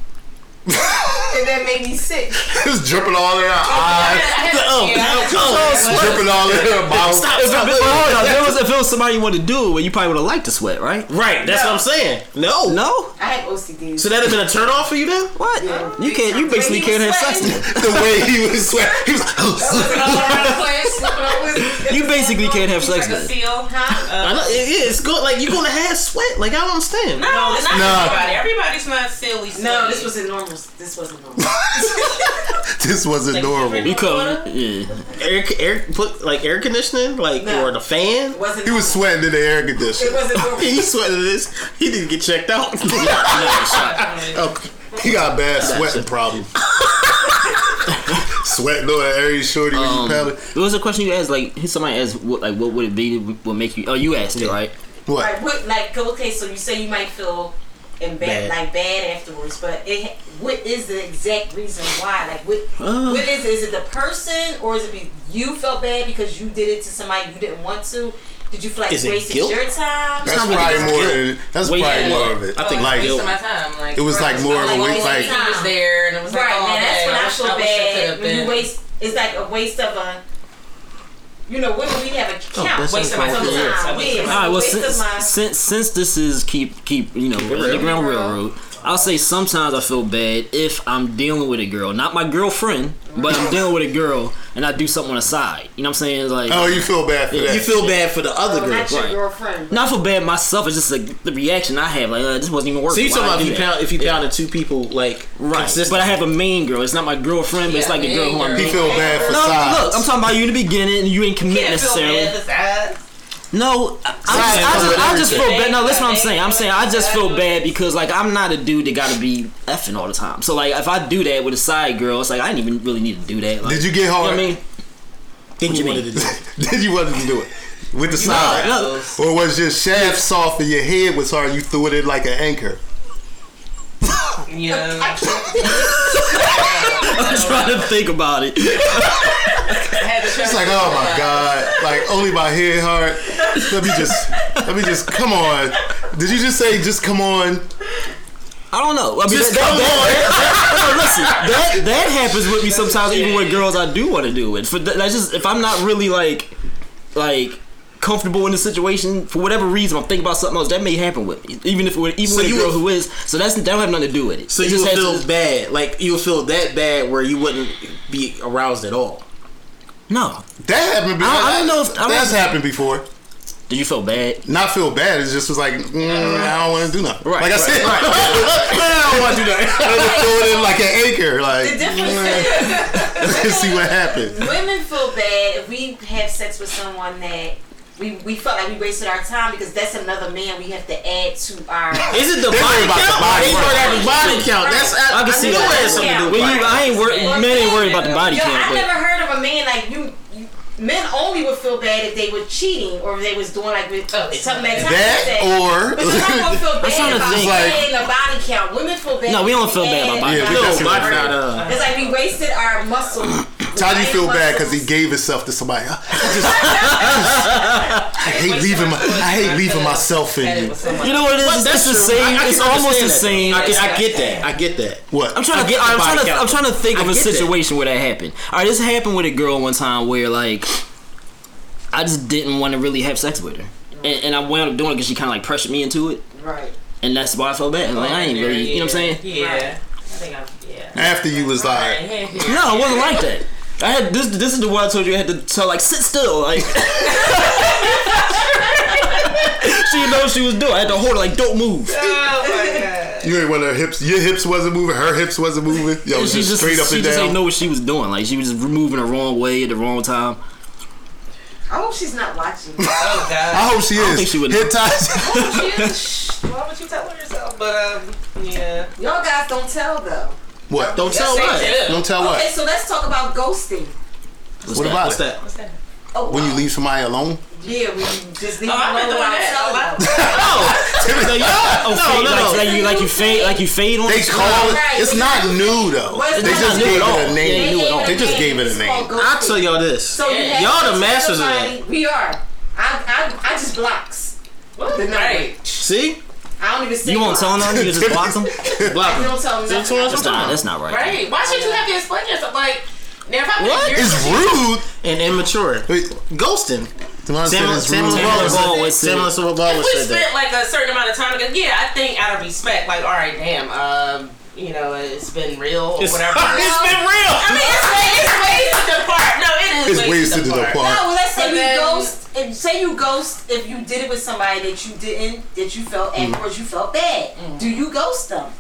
and that made me sick. It's dripping all in her eyes. Oh, now come. dripping all in her mouth. Stop, But, stop. but hold on, if it was if it was somebody you wanted to do it, with, you probably would have liked to sweat, right? Right, that's what I'm saying. No. No, I had OCD. So that'd have been a turn off for you then? what? Yeah. You can't. You basically When he can't have was sex. sweating. the then. way he was sweating. He was like, You basically can't have sex Like a then. seal, Huh? I know, it is. It's good. Like, you're going to have sweat. Like, I don't understand. No, not Nah. everybody. Everybody's not silly. No, this wasn't normal. This wasn't normal. this wasn't normal. You could. Yeah. Air, air, put, like, air conditioning, like, No. or the fan. It wasn't. He was sweating in the air It conditioner. wasn't normal. He sweated this. He didn't get checked out. Okay. He got a bad sweating problem. sweating on an airy shorty when Um, you paddle. What Um, was the question you asked? Like somebody asked, what, like what would it be? that Would make you? Oh, you asked it, right? What? Like, what, like, okay, so you say you might feel embar- Bad. like bad afterwards, but it, what is the exact reason why? Like, what, Uh. what is it? Is it the person, or is it be, you felt bad because you did it to somebody you didn't want to? Did you feel like Is it you wasted guilt? your time? that's not really probably more. guilt. Than, that's Way probably more. more of it. I think like guilt. Wasting my time. Like It was like right. more of I'm a like, waste, wasting like- time. was there, and it was like, Right, oh, man, that's man, when I wish- feel wish could bad. have When you been. waste, it's like a waste of a. You know, women, we have a count. that's Waste of my what time. it is. Yeah, All right. Well, waste of since, my. since since this is keep keep you know real. underground railroad, I'll say sometimes I feel bad if I'm dealing with a girl, not my girlfriend, but I'm dealing with a girl and I do something on the side. You know what I'm saying? It's Like oh, you feel bad for that. You feel bad for the other Oh, girl. not your right. girlfriend. not for bad myself. It's just like the reaction I have. Like uh, this wasn't even worth. So you it. Why I talking about if do you that? pound if you pounded two people like Right, consistent- but I have a main girl. It's not my girlfriend, but it's Yeah, like a girl main who I'm. girl. he dating. feel bad for No, size. look, I'm talking about you in the beginning, and you ain't commit Can't feel necessarily. bad besides. No, I, Right, I, just, I, just, I just feel everything. bad. No, that's what I'm saying. I'm saying I just feel bad because like I'm not a dude that gotta be effing all the time. So like if I do that with a side girl, it's like I didn't even really need to do that. Like, Did you get You know what hard? I mean? Then you you wanted to do it. Did you wanted to do it with the No, side? no. Or was your shaft soft and your head was hard? You threw it in like an anchor. You know, I'm trying to think about it. It's like, oh my god! Like only my head hard. Let me just, let me just. Come on. Did you just say just come on? I don't know. I mean, Just that, that- come on. no, listen, that that happens with me sometimes, even with girls I do want to do it. For th- that's just if I'm not really like like comfortable in the situation for whatever reason, I'm thinking about something else. That may happen with me, even if with, even So with a you girl would- who is. So that's that don't have nothing to do with it. So It you just would has to- feel bad, like you would feel that bad where you wouldn't be aroused at all. no. That happened. Before. I- I don't know if- I that's don't- happened before. Did you feel bad? Not feel bad. It's just was like mm, I don't want to do nothing. Right, like I right, said, I don't want to do nothing. I just throw it in like an anchor. The Like mm. difference is. let's see what happens. women feel bad if we have sex with someone that we, we felt like we wasted our time because that's another man we have to add to our. Is it the They worry body about the count? body They count. worry about the body count. That's I, I can see know that. it has something to do with Well, body you, count. I ain't worried. Men ain't worried about the body Yo, I count, never heard of a man like you, you. Men only would feel bad if they were cheating or if they was doing like with Oh, something that Tommy That said. or But you're not gonna feel That's bad not a about thing. saying a body count. Women feel bad. No, we don't feel bad if we about body add count. another Yeah, No, we body definitely count. uh, It's like we wasted our muscle. Todd, you feel bad because he gets gave himself to somebody. I, just, I hate leaving my. I hate leaving myself in you. you know what it is? But It's- it's the that's true. same. I- I it's can almost the understand same. that. I, can- I get that. I get that. What? I'm trying to I get. get the I'm body trying to. count. I'm trying to think I of a get that. situation where that happened. All right, this happened with a girl one time where like, I just didn't want to really have sex with her, and, and I wound up doing it because she kind of like pressured me into it, right. and that's why I felt bad. Like I ain't really. You know what I'm saying? Yeah. Right. I think I'm, yeah. After you was like, Right. No, it wasn't like that. I had this. This is the one I told you I had to tell. Like sit still. Like she didn't know what she was doing. I had to hold her. Like don't move. you ain't one of her hips. Your hips wasn't moving. Her hips wasn't moving. Yo, And was she just, just straight up she and just ain't down. know what she was doing. Like she was just moving the wrong way at the wrong time. I hope she's not watching. Oh God. I hope she is. think she would- Hip ties. Shh, Why would you tell on yourself? But um, yeah. Y'all guys don't tell though. what? Don't tell they what. do. Don't tell Okay, what. so let's talk about ghosting. What's What that? about What's it? that? What's that? Oh, When you wow. leave somebody alone? Yeah, when you just leave Oh, I've been alone doing without that a lot. telling them. No, you, oh, fade, no, like, no. like you like you fade like you fade on. They the- call it. Right. It's not new though. Well, it's They not just new gave at all. it a They name. ain't new at all. They just gave it a It's name. called ghosting. I'll tell y'all this. So you Yeah. have Y'all the to tell masters of that. somebody- We are. I, I, I just blocks. What? The number. Right. See, I don't even say You won't tell blocks. them. You just block them. block I them. don't tell them. That's what nothing. I'm That's not. That's not right. Right. Why should you have to explain yourself? Like, now if I'm What? You're, It's rude. And immature. Wait, Ghosting. Tamara said Tamara it's rude. Tamara Tamara Baldwin Baldwin said said- Tamara Baldwin we said that. spent like a certain amount of time together. Yeah, I think out of respect, like, all right, damn, um, you know, it's been real or It's, whatever. it's been real. I mean, it's way, it's ways to depart. No, it is. It's ways to depart. No, well, let's say But you then- ghost. If, say you ghost if you did it with somebody that you didn't, that you felt Mm. afterwards you felt bad. Mm. Do you ghost them?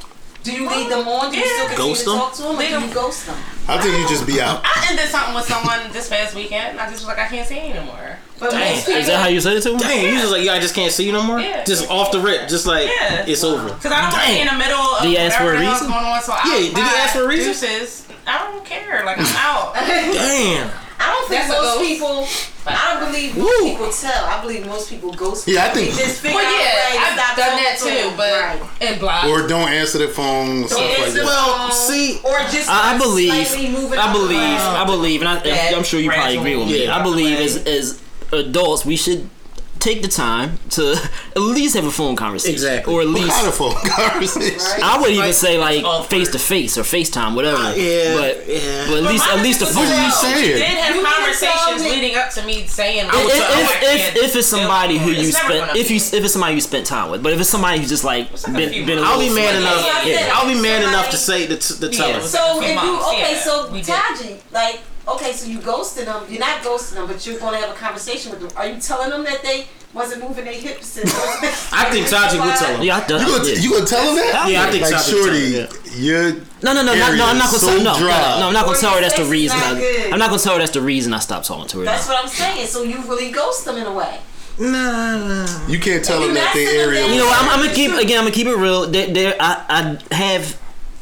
Do you lead them on? Do you still continue Ghost to them? talk to them? Or Lead do them. you ghost them? I think you just be out. I ended something with someone this past weekend. and I just was like, I can't say anymore. But most people, Is that how you said it to him? Dang, you just like, yeah, I just can't see you no more. Yeah. Just off the rip, just like Yeah. it's over. Because I don't want to be in the middle of Did he ask for a whatever the hell's reason? going on. So Yeah, did he ask for a reason? Deuces, I don't care. Like, I'm out. Damn. I don't think That's a most ghost. people. I don't believe most Woo. people tell. I believe most people ghost. Yeah, I think- They just figure Well, out yeah, ways I've not done to that talk to too, them. but Right. and block. Or don't answer the phone. Stuff like It's that. Well, wrong, see- or just I, I like believe. slightly moving I up believe. around. I believe, and I, That I'm sure you probably agree with me. gradual I believe as as adults we should take the time to at least have a phone conversation. Exactly. Or at least. Kind of phone conversation. Right? I would even Like- say like Awkward. face to face or FaceTime, whatever. Uh, yeah, But, yeah. but at least at least the But my phone. thing you is, saying? Did have You need to tell conversations me- leading up to me saying like, If, oh, I if, can't if, if it's do it. somebody who you It's never spent gonna if you be. if it's somebody you spent time with, but if it's somebody who just like It's like a been few been a months. I'll little be man flaky. enough. Yeah, yeah. I'll be man enough to say the to tell Yeah. us. So if you Moms, okay, yeah, so we did. Taji, like okay, so you ghosted them. You're not ghosting them, but you're gonna have a conversation with them. Are you telling them that they wasn't moving their hips? And I think Taji would tell him. Yeah, I done. You gonna, yeah. you gonna tell him that? Yeah, I think like, Sasha would tell shorty, him, you're No, no, no, not, no. I'm not gonna So tell. No, no, dry. no, I'm not gonna Or tell her your that's the face is reason. not I, good. I'm not gonna tell her that's the reason I stopped talking to her. That's Now. what I'm saying. So you really ghost them in a way. Nah, nah. you can't tell If him you that ask they him area. that- You know, what, I'm, I'm gonna keep again. I'm gonna keep it real. There, there I, I have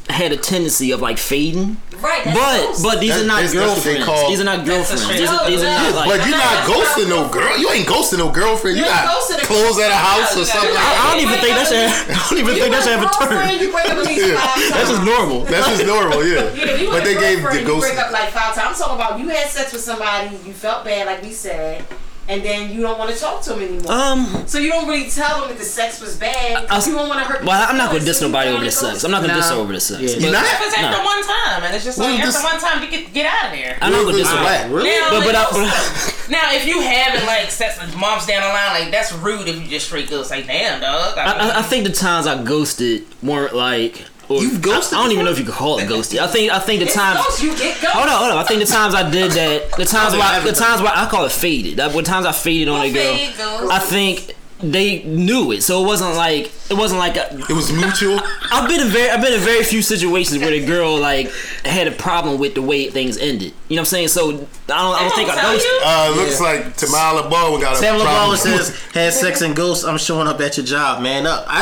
had a tendency of like fading, Right. that's but ghost. but these That's- are not that's- that's what they girlfriends. call- These are not girlfriends. straight- These are, these are not No, like. But you're not I'm not ghosting no ghosting. girl. You ain't ghosting no girlfriend. You You ain't got ghosting a- clothes at a house No, or you something. gotta- I, I don't even think that's. a- I don't even You think that's break ever up turned. girlfriend, You break up at least Yeah. five That's times. just normal. That's just normal, yeah. You know, you had but a they gave the girlfriend, you ghost. break up like five times. I'm talking about you had sex with somebody, you felt bad, like we said, and then you don't want to talk to him anymore. Um. so you don't really tell them that the sex was bad. I- I- you don't want to hurt. Well, I'm their not gonna feelings, diss so you nobody don't over the wanna sex. ghost I'm not gonna Nah. diss her over the sex. Yeah. but- You If not? it's after Nah. one time, and it's just Well, like this- after one time, you get get out of there. I'm not gonna This diss is her. whack. Really? Now, But- but, but I- now, if you having like sex with moms down the line, like that's rude. If you just straight go say, "Damn, dog." I, I, I think the times I ghosted weren't like. Or, You've ghosted I, I don't even know if you could call it ghosted. I think I think the It's times. ghost, you get ghost. Hold on, hold on. I think the times I did that, the times think why, every the time. times why I call it faded. Like, the times I faded on a fade girl, goes. I think they knew it, so it wasn't like it wasn't like a, It was mutual. I've been in very I've been in very few situations where the girl like had a problem with the way things ended. You know what I'm saying? So I don't I don't think I tell ghosted. you. Uh, looks like Tamala Baldwin got a Tamala problem. Baldwin says, "Had sex and ghosts. I'm showing up at your job, man. Up. I,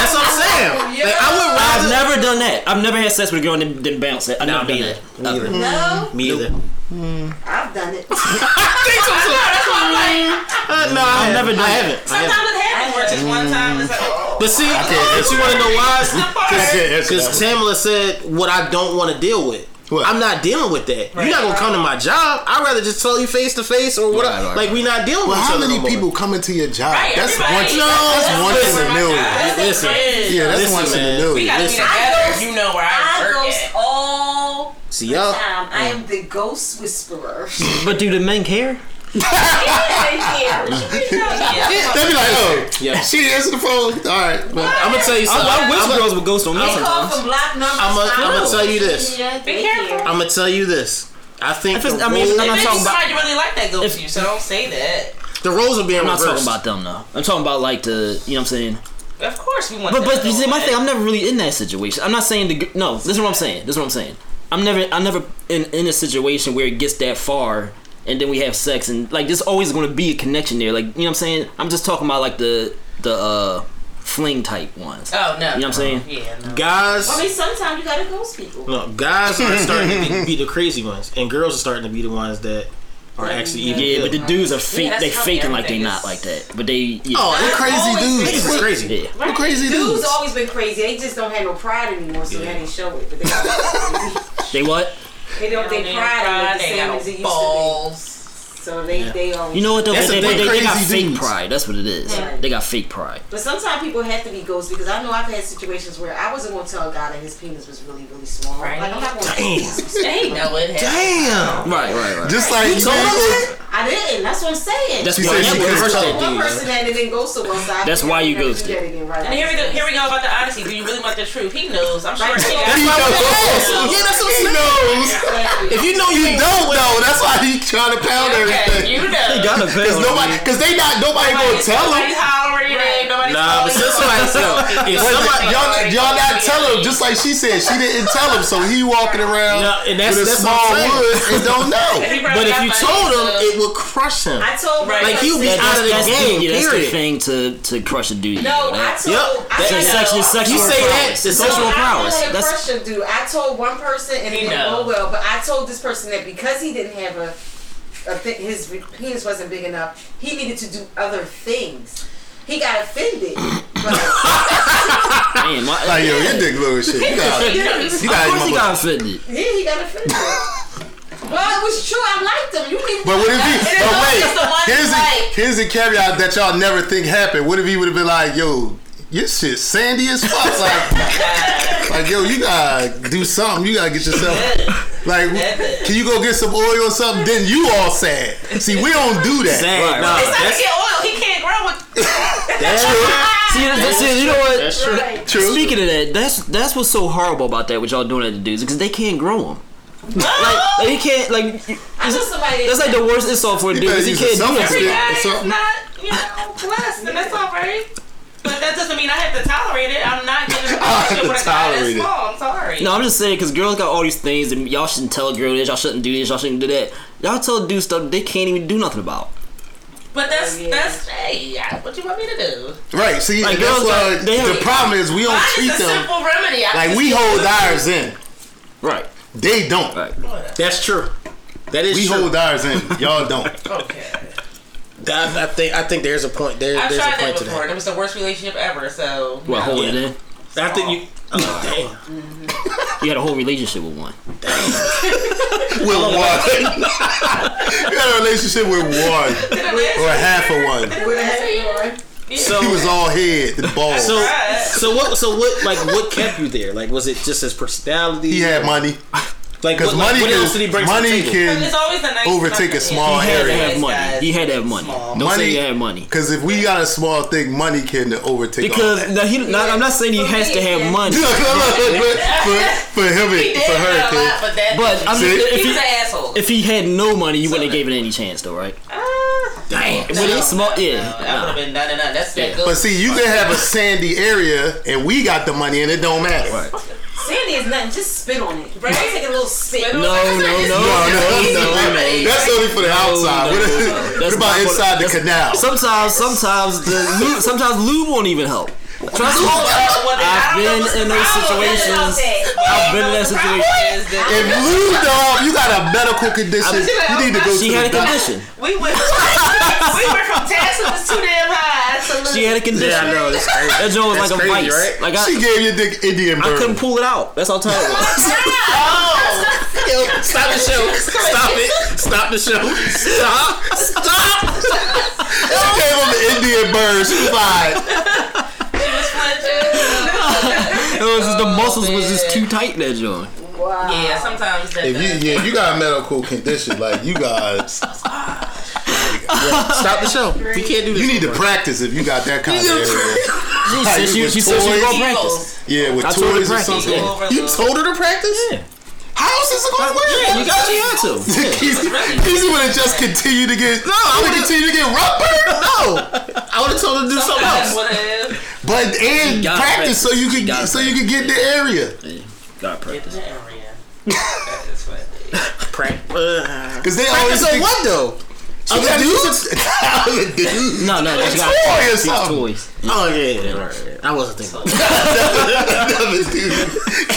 that's what I'm saying. Like, I would rather I've never done that. I've never had sex with a girl and then, then bounce it. I've Nah, never done me that. either. Me either. No, Hmm. Me either. I've done it. Uh, no, I I've never haven't. done I that. haven't. I haven't. Sometimes it happens where it's just one time. It's like, oh, But see, can't but you want to know why? I can't answer that Because one. Tamala said what I don't want to deal with. What? I'm not dealing with that. Right. You're not gonna come to my job. I'd rather just tell you face to face or what. Right, right, like we not dealing Well, with each how other many no more. people come into your job? Right, that's one. everybody. No, that's That's once listen, in a million. God. Listen, Yeah, that's Listen, once in man. a we million. gotta listen. be I together. ghost- you know where I, I work ghost at. all see the y'all. time. I am the ghost whisperer. But do the men care? yeah, Yeah. They'd be like, oh, Yeah. she didn't answer the phone. All right. Well, I'm gonna tell you something. I, I wish I'm girls would ghost on me They call sometimes. from black numbers. I'ma- I'ma Oh. tell you this. Yeah, they Be careful. care. I'm gonna tell you this. I think If it's- the, I mean, if roles, I'm Maybe not talking about. somebody really like that ghost If- to you, so don't say that. the roles are being I'm not reversed. talking about them though. I'm talking about like the, you know what I'm saying. Of course, we want. But that but you see, my ghost. thing, I'm never really in that situation. I'm not saying the g- no. This is what I'm saying. This is what I'm saying. I'm never I'm never in in a situation where it gets that far, and then we have sex, and like there's always going to be a connection there. Like you know what I'm saying. I'm just talking about like the the uh fling type ones. Oh no. You know what I'm saying? Yeah. No. I guys. mean, sometimes you gotta ghost people. No, guys are starting to be, be the crazy ones, and girls are starting to be the ones that are actually Yeah. evil. Yeah, but the dudes are fake. Yeah, that's they how faking like they everything not is. like that, but they yeah. oh, they're Always crazy dudes. crazy. Niggas is crazy. yeah. Right. crazy dudes. always been crazy. They just don't have no pride anymore, so Yeah. they didn't show it. But they, always crazy. They what? they don't. They They pride pride, ain't the they same got as it used to balls. be. So they they always. You know what though? That's But they, the but thing, they, they got crazy fake dudes. pride. That's what it is. Yeah. They got fake pride. But sometimes people have to be ghosts because I know I've had situations where I wasn't gonna tell a guy that his penis was really really small. Right. Like I'm not gonna. They know it. Happens. Damn. Right, right, right. Just like you told know, them I didn't. That's what I'm saying. That's She said why. she yeah, couldn't reverse tell. that one dude. person that it didn't ghost so well. So I That's think why I'm you never do ghosted. that again, right? And here we go. Here we go about the honesty. Do you really want the truth? He knows. I'm sure. He He knows. knows. Yeah, that's what he I'm knows. Exactly. If you know you He don't know. That's why he trying to pound Okay, everything. you know. Gotta pay Cause on nobody, it. cause they not nobody gonna tell Nobody's him. hollering your name. Nobody's Nah, but calling since you. somebody tell, if somebody, Y'all, y'all not tell him. Just like she said, she didn't tell him. So he walking around Yeah, and that's- with a that's what small I'm saying. wood and don't know. He probably but if got you money, told him, so- it would crush him. I told Right. my Like, you be cousin- out of the that's game, The, yeah, that's the period. thing to to crush a dude. No, I that's, told. Yep. I That's told- that's sexual, sexual You say that, prowess. it's Sexual sexual I prowess. told that That's person, dude. I told one person and it He didn't go knows. well, but I told this person that because he didn't have a, a th- his re- penis wasn't big enough, he needed to do other things. He got offended. But, damn. I, Like yo, your dick little shit. You got, He knows. you of course he got, got offended. yeah, he got offended. Well, it was true. I liked them. You can. But what if he? It is But always wait, just the one here's the like- here's the caveat that y'all never think happened. What if he would have been like, "Yo, your shit sandy as fuck," like, like, "Yo, you gotta do something. You gotta get yourself like, can you go get some oil or something?" Then you all sad. See, we don't do that. Sad. Right. nah, He's trying to that's, get oil. He can't grow with. That's true. see, that's, that's, see, you know what? That's true. True. Speaking of that, that's that's what's so horrible about that. What y'all doing at the dudes because they can't grow them. Like Oh, they can't like. I know somebody. That's like the worst insult for a You dude better because he use a can't do selfie stick. that. Every guy or is something. not, you know, blessed, and that's all right. But that doesn't mean I have to tolerate it. I'm not getting a have relationship to with a guy tolerate that's it. small. I'm sorry. No, I'm just saying because girls got all these things, and y'all shouldn't tell a girl this, y'all shouldn't do this, y'all shouldn't do that. Y'all tell dudes stuff they can't even do nothing about. But that's Oh, yeah. that's hey, I- what you want me to do? Right. See, Like, and that's girls why are- they the don't- problem is we don't Mine treat is a them simple remedy. I like just- we hold ours in. Right. They don't. Right. That's true. That is We true. hold ours in. Y'all don't. Okay. I, I think I think there's a point. There, I've there's tried a that point to before. that. and It was the worst relationship ever. So What holding it in? I think you. Oh, damn. You had a whole relationship with one. With one. you had a relationship with one Did it last or half of year? one. Did it last year? Yeah. So- He was all head and balls. So, Right. so what? So what? Like, what kept you there? Like, was it just his personality? he had money like, because what, money like, what else did he can bring to money the table? It's can always a nice overtake a number, small yeah. He had to area. have Yes, money. guys. He had to have money. Small. Don't say Money- he had money. Because if we got a small thing, money can overtake. all Because that. now he, now, I'm not saying he For has me, to have yeah. money, Look, look, look, look, for, for him, He it- did for have her, a lot, kid. but that. but I'm See? just, if he was an he asshole. if he had no money, you wouldn't have gave it any chance, though, right? Ah, Damn. With it small, yeah. that would have been none and none. That's that good. But see, you can have a sandy area, and we got the money, and it don't matter. Sandy is nothing. Just spit on it. Right? Take a little spit. No, no, No, no, no, no, no, no. That's only for the outside. What no, no. is- That's What about not for- inside the canal? Sometimes, sometimes the lube, sometimes lube won't even help. Trust me, Oh, I've been in those situations. I've been in that situation. If Lou dog, you got a medical condition, you need to go She to had a the doctor. condition. We went, we went from Tassel's too damn high to She had a condition. Yeah, I know. That's crazy. That joint was like That's a crazy, vice. right? Like She I, gave your dick Indian I bird. couldn't pull it out. That's how tight it was. Yo, stop the show. Stop it. Stop the show. Stop. Stop. She gave him the Indian bird. She was like, It was just the Oh, muscles was just too tight. That joint. Wow. Yeah, sometimes that. if you, yeah, you got a medical condition, like you got, Stop the show. We can't do this. you need to practice if you got that kind of area. She How said you she, was she said she was toys? gonna practice. Yeah, with I told her toys or practice, something. yeah. You told her to practice. Yeah, How else is it going to yeah, you work? got your had to. Keezy Keezy would have just continued to get. No, I would continue to get rubber. No, I would have told her to do something That's else. what it is. But and She got practice so you practice. could so She got you could get the area. Got Get practice. the area. That is what it is. Practice. Uh, Because they always think- practice on what though? She got Other dudes. No, no, she got Toy or she got something. toys. Oh yeah, yeah, yeah, right, yeah. I wasn't thinking. Another dude.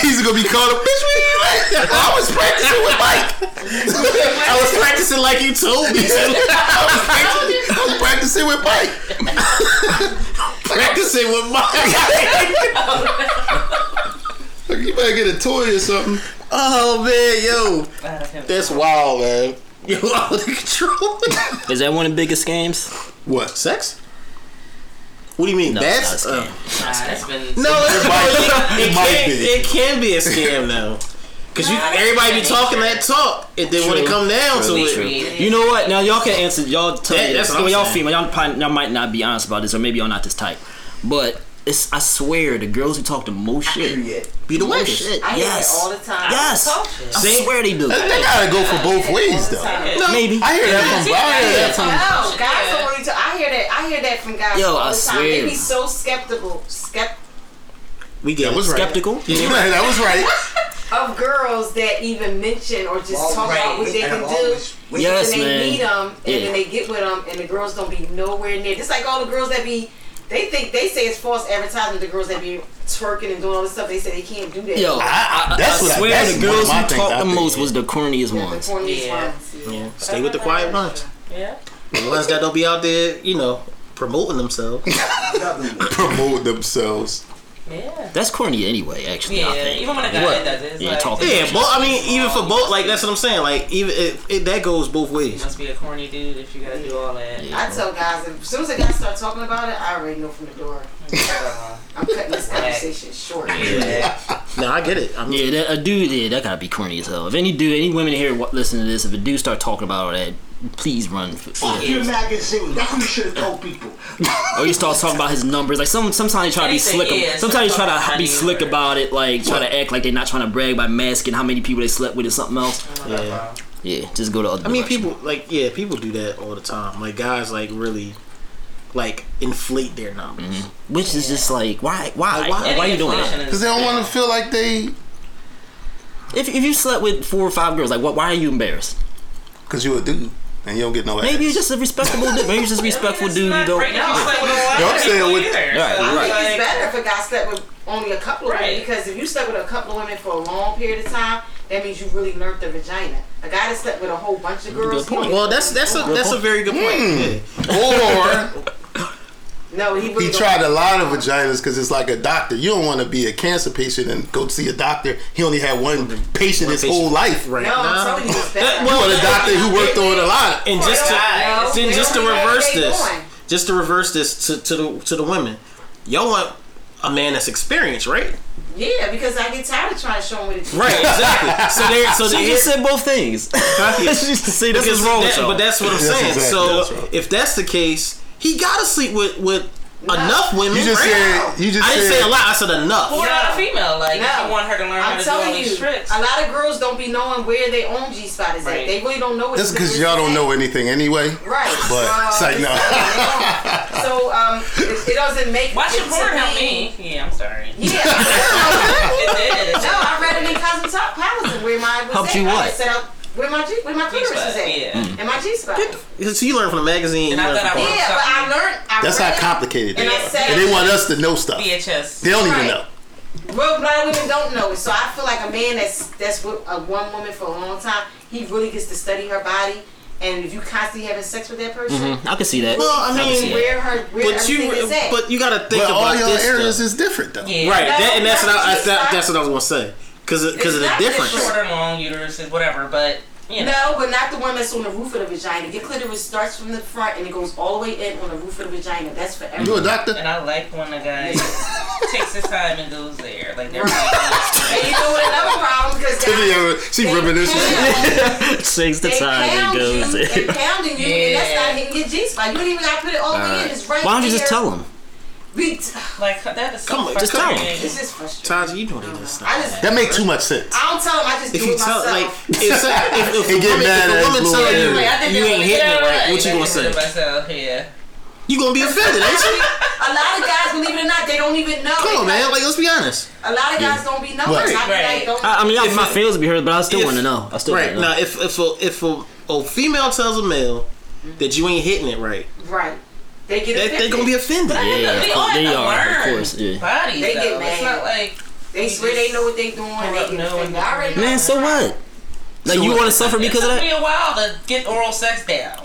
Keys are gonna be called up. Bitch, what you like? I was practicing with Mike. I was practicing like you told me to. I was practicing with Mike. practicing with my. Like, you better get a toy or something. Oh man, yo, This that's wild, man. Yo, out of control. Is that one of the biggest scams? What? Sex? What do you mean? No, that's it's not a uh, scam. has been. no, it's not. It It, might can, be. it can be a scam though, because you Nah, that's everybody be not talking that talk, and then when it True. come down to Really it, true. You know what? Now y'all can answer. Y'all tell Yeah, me. that's this. what I'm Well, y'all saying. female. Y'all, probably, y'all might not be honest about this, or maybe y'all not this type. But it's. I swear, the girls who talk the most shit be the worst. Shit. I hear Yes. it all the time. Yes. Talk I shit. swear they do. They gotta go for both ways though. No. Maybe. I hear that from I hear that from No, Yeah. guys don't really. Talk. I hear that. I hear that from guys Yo, all I the time. swear. They be so skeptical, skept we get That was right. Skeptical. Yeah, that was right. of girls that even mention or just talk about what they can do. Which Yes, is when they man. meet them and Yeah. then they get with them, and the girls don't be nowhere near. Just like all the girls that be, they think they say it's false advertising. The girls that be twerking and doing all this stuff, they say they can't do that. Yo, I, I, that's I what I- swear that's the one girls of my who things I talk the think. most was the corniest They're the ones. corniest Yeah. ones. Yeah. Stay with the quiet ones. Yeah. The ones that don't be out there, you know, promoting themselves. Promote themselves. Yeah. That's corny anyway. Actually, I Yeah, think. even when a guy What? does it, it's Yeah, like, talking. Yeah, both. I mean, even for both, like that's what I'm saying. Like even it, it, that goes both you ways. must be a corny dude if you gotta do all that. I tell guys, as soon as the guys start talking about it, I already know from the door. Uh, I'm cutting this conversation short. yeah. No, I get it. I mean, Yeah, that, a dude, yeah, that gotta be corny as hell. If any dude, any women here wa- listen to this, if a dude start talking about all that, please run. For, Fuck your magazine. That's what you should have told people. Or you start talking about his numbers. Like some, sometimes they try to be Anything, slick. yeah, sometimes they try to sometimes be slick honey or- about it. Like try to act like they're not trying to brag by masking how many people they slept with or something else. yeah. Yeah, just go to other. I mean, direction. people like yeah, people do that all the time. Like guys, like really, like inflate their numbers. which is just like why, why, Like, why- why, Any are you doing inflation that? is- Because they don't want to feel like they. If, if you slept with four or five girls, like what? Why are you embarrassed? Because you a dude and you don't get no ass. Maybe you're just a respectable dude. Maybe you're just a respectful It's dude. You not don't. great. It's like, well, No, I'm why saying people with- either? Right, So I'm right. I think it's like, better if a guy slept with only a couple of Right. women because if you slept with a couple of women for a long period of time, that means you really learned the vagina. A guy that slept with a whole bunch of girls. point. he- Well, that's that's a that's a very good point. Hmm. Or no, he really he tried a lot of vaginas because it's like a doctor. You don't want to be a cancer patient and go see a doctor. He only had one patient his patient. whole life. Right. No, I'm telling you, it's better. You want a doctor who worked on a lot. And just to Right. then They just to don't know reverse what they this, doing. just to reverse this to, to the to the women, y'all want a man that's experienced, right? yeah, because I get tired of trying to show him what it's Right, exactly. so they so She they just said both things. She just said this is because wrong that- with y'all. But that's what I'm That's saying. exactly- so that's right. if that's the case, he gotta sleep with with enough women. You just right? said. You just I didn't said. say a lot. I said enough. Or not a female, like if No. you want her to learn how I'm to do all telling you, these tricks. a lot of girls don't be knowing where their own G spot is Right. at. They really don't know. what That's the because difference y'all don't is. know anything anyway. Right. But Uh, it's like no. so um, it, it doesn't make. Watching it to porn me- help me. Yeah, I'm sorry. It Yeah. did. no, I read it in Cosmopolitan where my was Helped at. you I what? was set up where my G, where my clitoris G-spot, is at, yeah. and my G spot. Yeah, So you learn from the magazine. And you I learn thought from I porn. was- but I learned. I That's read how complicated it And I is. said- And they want us to know stuff. They VHS. don't even Right. know. Well, black women don't know it, so I feel like a man that's that's with a one woman for a long time, he really gets to study her body, and if you constantly having sex with that person, I can see that. Well, I can mean, see that. where her where But everything you is at. but you gotta think But all about y'all this. areas though. is different though. Yeah. Right, No, that, and that's what I, I, that's that, not- that's what I was gonna say, because because of the not difference. different. Shorter, long uteruses, whatever, but you know. no, but not the one that's on the roof of the vagina. Your clitoris starts from the front and it goes all the way in on the roof of the vagina. That's for You a everyone. doctor? And I like when a guy takes his time and goes there. Like, they're like, and you know what another problem because Yeah, She reminiscing. Takes the They time pound and goes. you, they pounding you, and that's Yeah. not hitting your G spot. You don't even gotta put it all the way in. It's right Why don't you just there. tell him? We- like that is so Come on, just tell him. frustrating. This is frustrating. Todd, you don't even listen. I just That make too much sense. I don't tell him. I just If do you it tell, myself. like, if, if, if, He a get woman, mad if at a woman his tell lawyer. you Like, I think you that ain't was- hitting yeah, it right, what you I gonna consider say? Myself, yeah. You gonna be offended, ain't you? a lot of guys, believe it or not, they don't even know. Come on, Like, man. Like, let's be honest. A lot of guys don't be knowing. Right. I, be Right. like, don't, I, I mean, I, my feelings be hurt, but I still if- want to know. I still Right want to know. now, if if a, if a, a female tells a male that you ain't hitting it right, right. They get they offended. they gonna be offended. yeah, yeah, we of all course, have they to are, of learn. course. Yeah. Bodies, They get though. It's mad. not like they swear they know what they doing. They get No, offended. no. I already know. Man, so what? Like you what? want to suffer it because of took me that? a while to get oral sex down.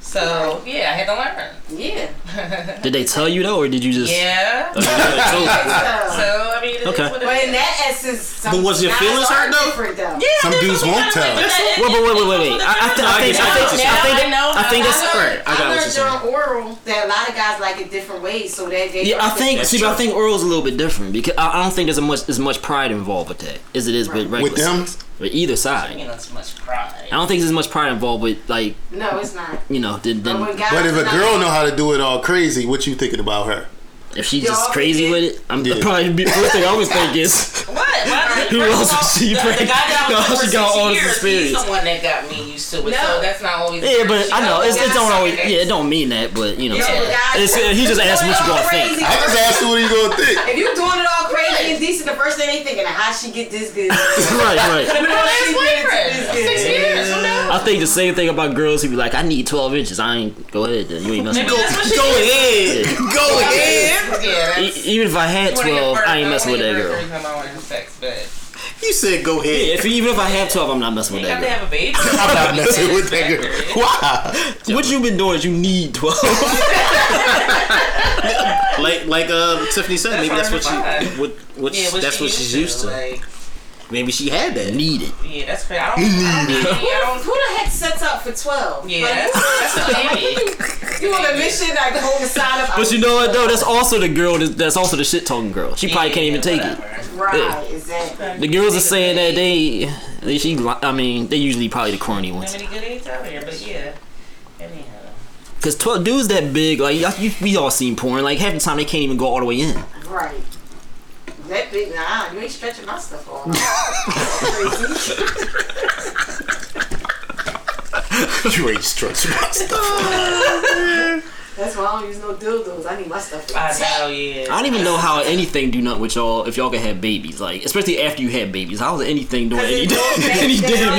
So yeah, I had to learn. Yeah. Did they tell you though, or did you just? Yeah. Okay, they told you. So, So I mean, it is Okay. what it but is. in that essence, some But was your guys feelings are hurt, though? different, though? Yeah, Some there's dudes something won't like tell. that. Wait, wait, wait, wait, wait. I, I, th- I think, I think, I think, I think, Now I think that's I know. right. I got I what you're learned saying. during oral that a lot of guys like it different ways, so that they Yeah, I think. That's See, but I true. think oral's a little bit different because I, I don't think there's a much as much pride involved with that as it is with regular With them? sex. with either You side. know, it's much I pride. don't think there's as much pride involved with like no, it's not. you know than, But, when than guys But if are a not- girl know how to do it all crazy, what you thinking about her? if she's Y'all just crazy think- with it. I'm Yeah. probably be, first thing I always think is What? Why- Who else first of all, is she the, the guy bringing? that I was No, with for she got six all this years, experience. He's the one that got me used to No. it. So that's not always. yeah, but I know it's, it guys don't suck always at yeah it don't mean that, but you know Yo, what I'm guys, saying. It's, he just asked what you gonna think. I just asked her what are you gonna think. If you doing it all crazy and decent, the first thing they thinking, how she get this good? right, right. Last boyfriend, six years. Who knows? I think the same thing about girls who be like, I need 12 inches. I ain't go ahead. Then. You ain't messing Maybe with that's that. what she Go ahead, go ahead. Yeah, that's- E- even if I had You wanna get 12, burnt, I ain't don't messing with wanna that get girl. burnt every time I wanna have sex, but You said go ahead. Yeah, if even if I have twelve, I'm not messing with You have that. to have a baby. I'm not messing with that girl. Why? girl. What you've been doing is you need twelve. Like like uh, Tiffany said, maybe that's what That's she what, what Yeah, she- that's what she's used to. Like, maybe she had that. need it. yeah, that's crazy. I don't. I don't, I um, Who the heck sets up for 12? don't yeah, that's, that's a baby. Like, you on a mission, like, hold the sign up. But you know what though? That's also the girl. That, that's also the shit talking girl. She probably can't even take it. Right, exactly. The girls are saying that they, they she. li- I mean, they usually probably the corny ones. Nobody good ain't out here, but yeah. Anyhow. Cause twelve dudes that big, like y'all- you, we all seen porn. Like half the time they can't even go all the way in. Right. That big, nah, you ain't stretching my stuff all Crazy. You ain't stretching my stuff. That's why I don't use no dildos. I need my stuff. I know, yeah. I don't even know how anything do nothing with y'all if y'all can have babies. Like especially after you have babies, how is anything doing any, any damn?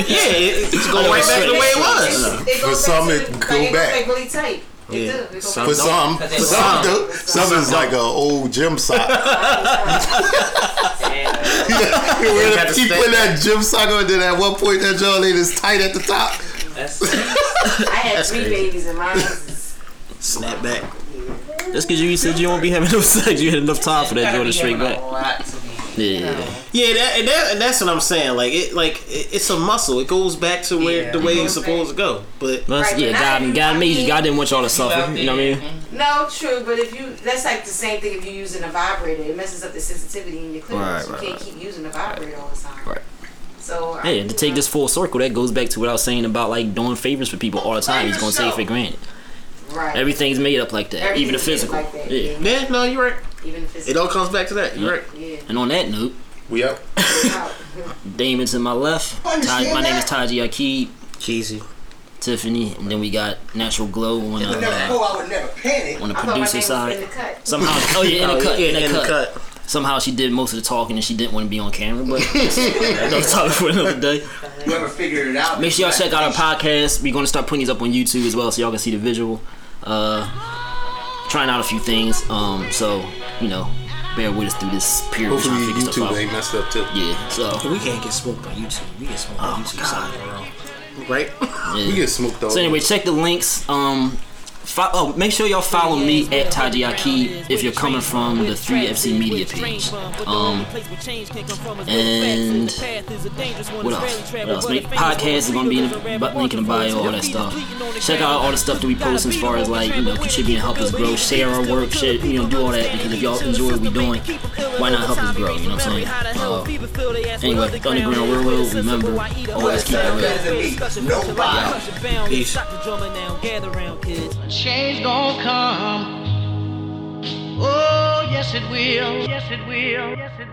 Yeah, it- it's going right back to the way it was. For some, it go back. It goes really tight. It Yeah. do. It go Some- For some, But for they some, though, some is like an old gym sock. yeah. got the Keep stick. putting that gym sock on, then at one point that joint is tight at the top. That's, back. I had three crazy. babies and mine is Snap back. That's because you said you won't be having enough sex. You had enough time for that gotta joint be to shrink having back. A lot to be, Yeah. you know. Yeah, that, and, that, and that's what I'm saying. Like it, like it, it's a muscle. It goes back to where Yeah. the way it's supposed to go. But But Right, yeah, but God, not- God made you. God didn't want y'all to suffer. You know what I mean? no true. But if you, that's like the same thing. If you using a vibrator, it messes up the sensitivity in your Right, clitoris. right, you can't keep using the vibrator all the time. Right. So I- Hey, and to take this full circle, that goes back to what I was saying about like doing favors for people all the time. He's gonna take it for granted. right, Everything's made up like that, even the Everything's physical. like that, yeah. yeah, no, you're right. even the It physical. all comes back to that. You're right. yeah. And on that note, We up. Wow. Damon's to my left. Taj, my name is Taji Akib, Jeezy. Tiffany, and then we got Natural Glow on I would never the, pull, I would never panic. on the I thought my name producer was in the side. cut. Somehow, oh yeah, in the Oh, cut, yeah, in the in cut. the cut. Somehow she did most of the talking and she didn't want to be on camera, but that's topic for another day. Whoever figured it out. Make sure y'all check out our podcast. We're gonna start putting these up on YouTube as well, so y'all can see the visual. Uh, trying out a few things. Um, so you know, bear with us through this period. of Hopefully trying to figure stuff YouTube out. ain't messed up too. Yeah. So Oh, We can't get smoked by YouTube. We get smoked by YouTube. Something wrong. Right? yeah. You get smoked though. So anyway, check the links. Um, fo- oh, make sure y'all follow me at Taji Akib if you're coming from the 3FC Media page. Um, and what else? What else? Make podcast is gonna be in the bu- link in the bio, all that stuff. Check out all the stuff that we post as far as like you know contributing, help us grow, share our work, shit, you know, do all that because if y'all enjoy what we're doing, why not help us grow? You know what I'm saying? Uh, anyway, Underground Railroad, remember, always keep it real. Peace. change gonna come. Oh, yes it will. Yes it will. Yes it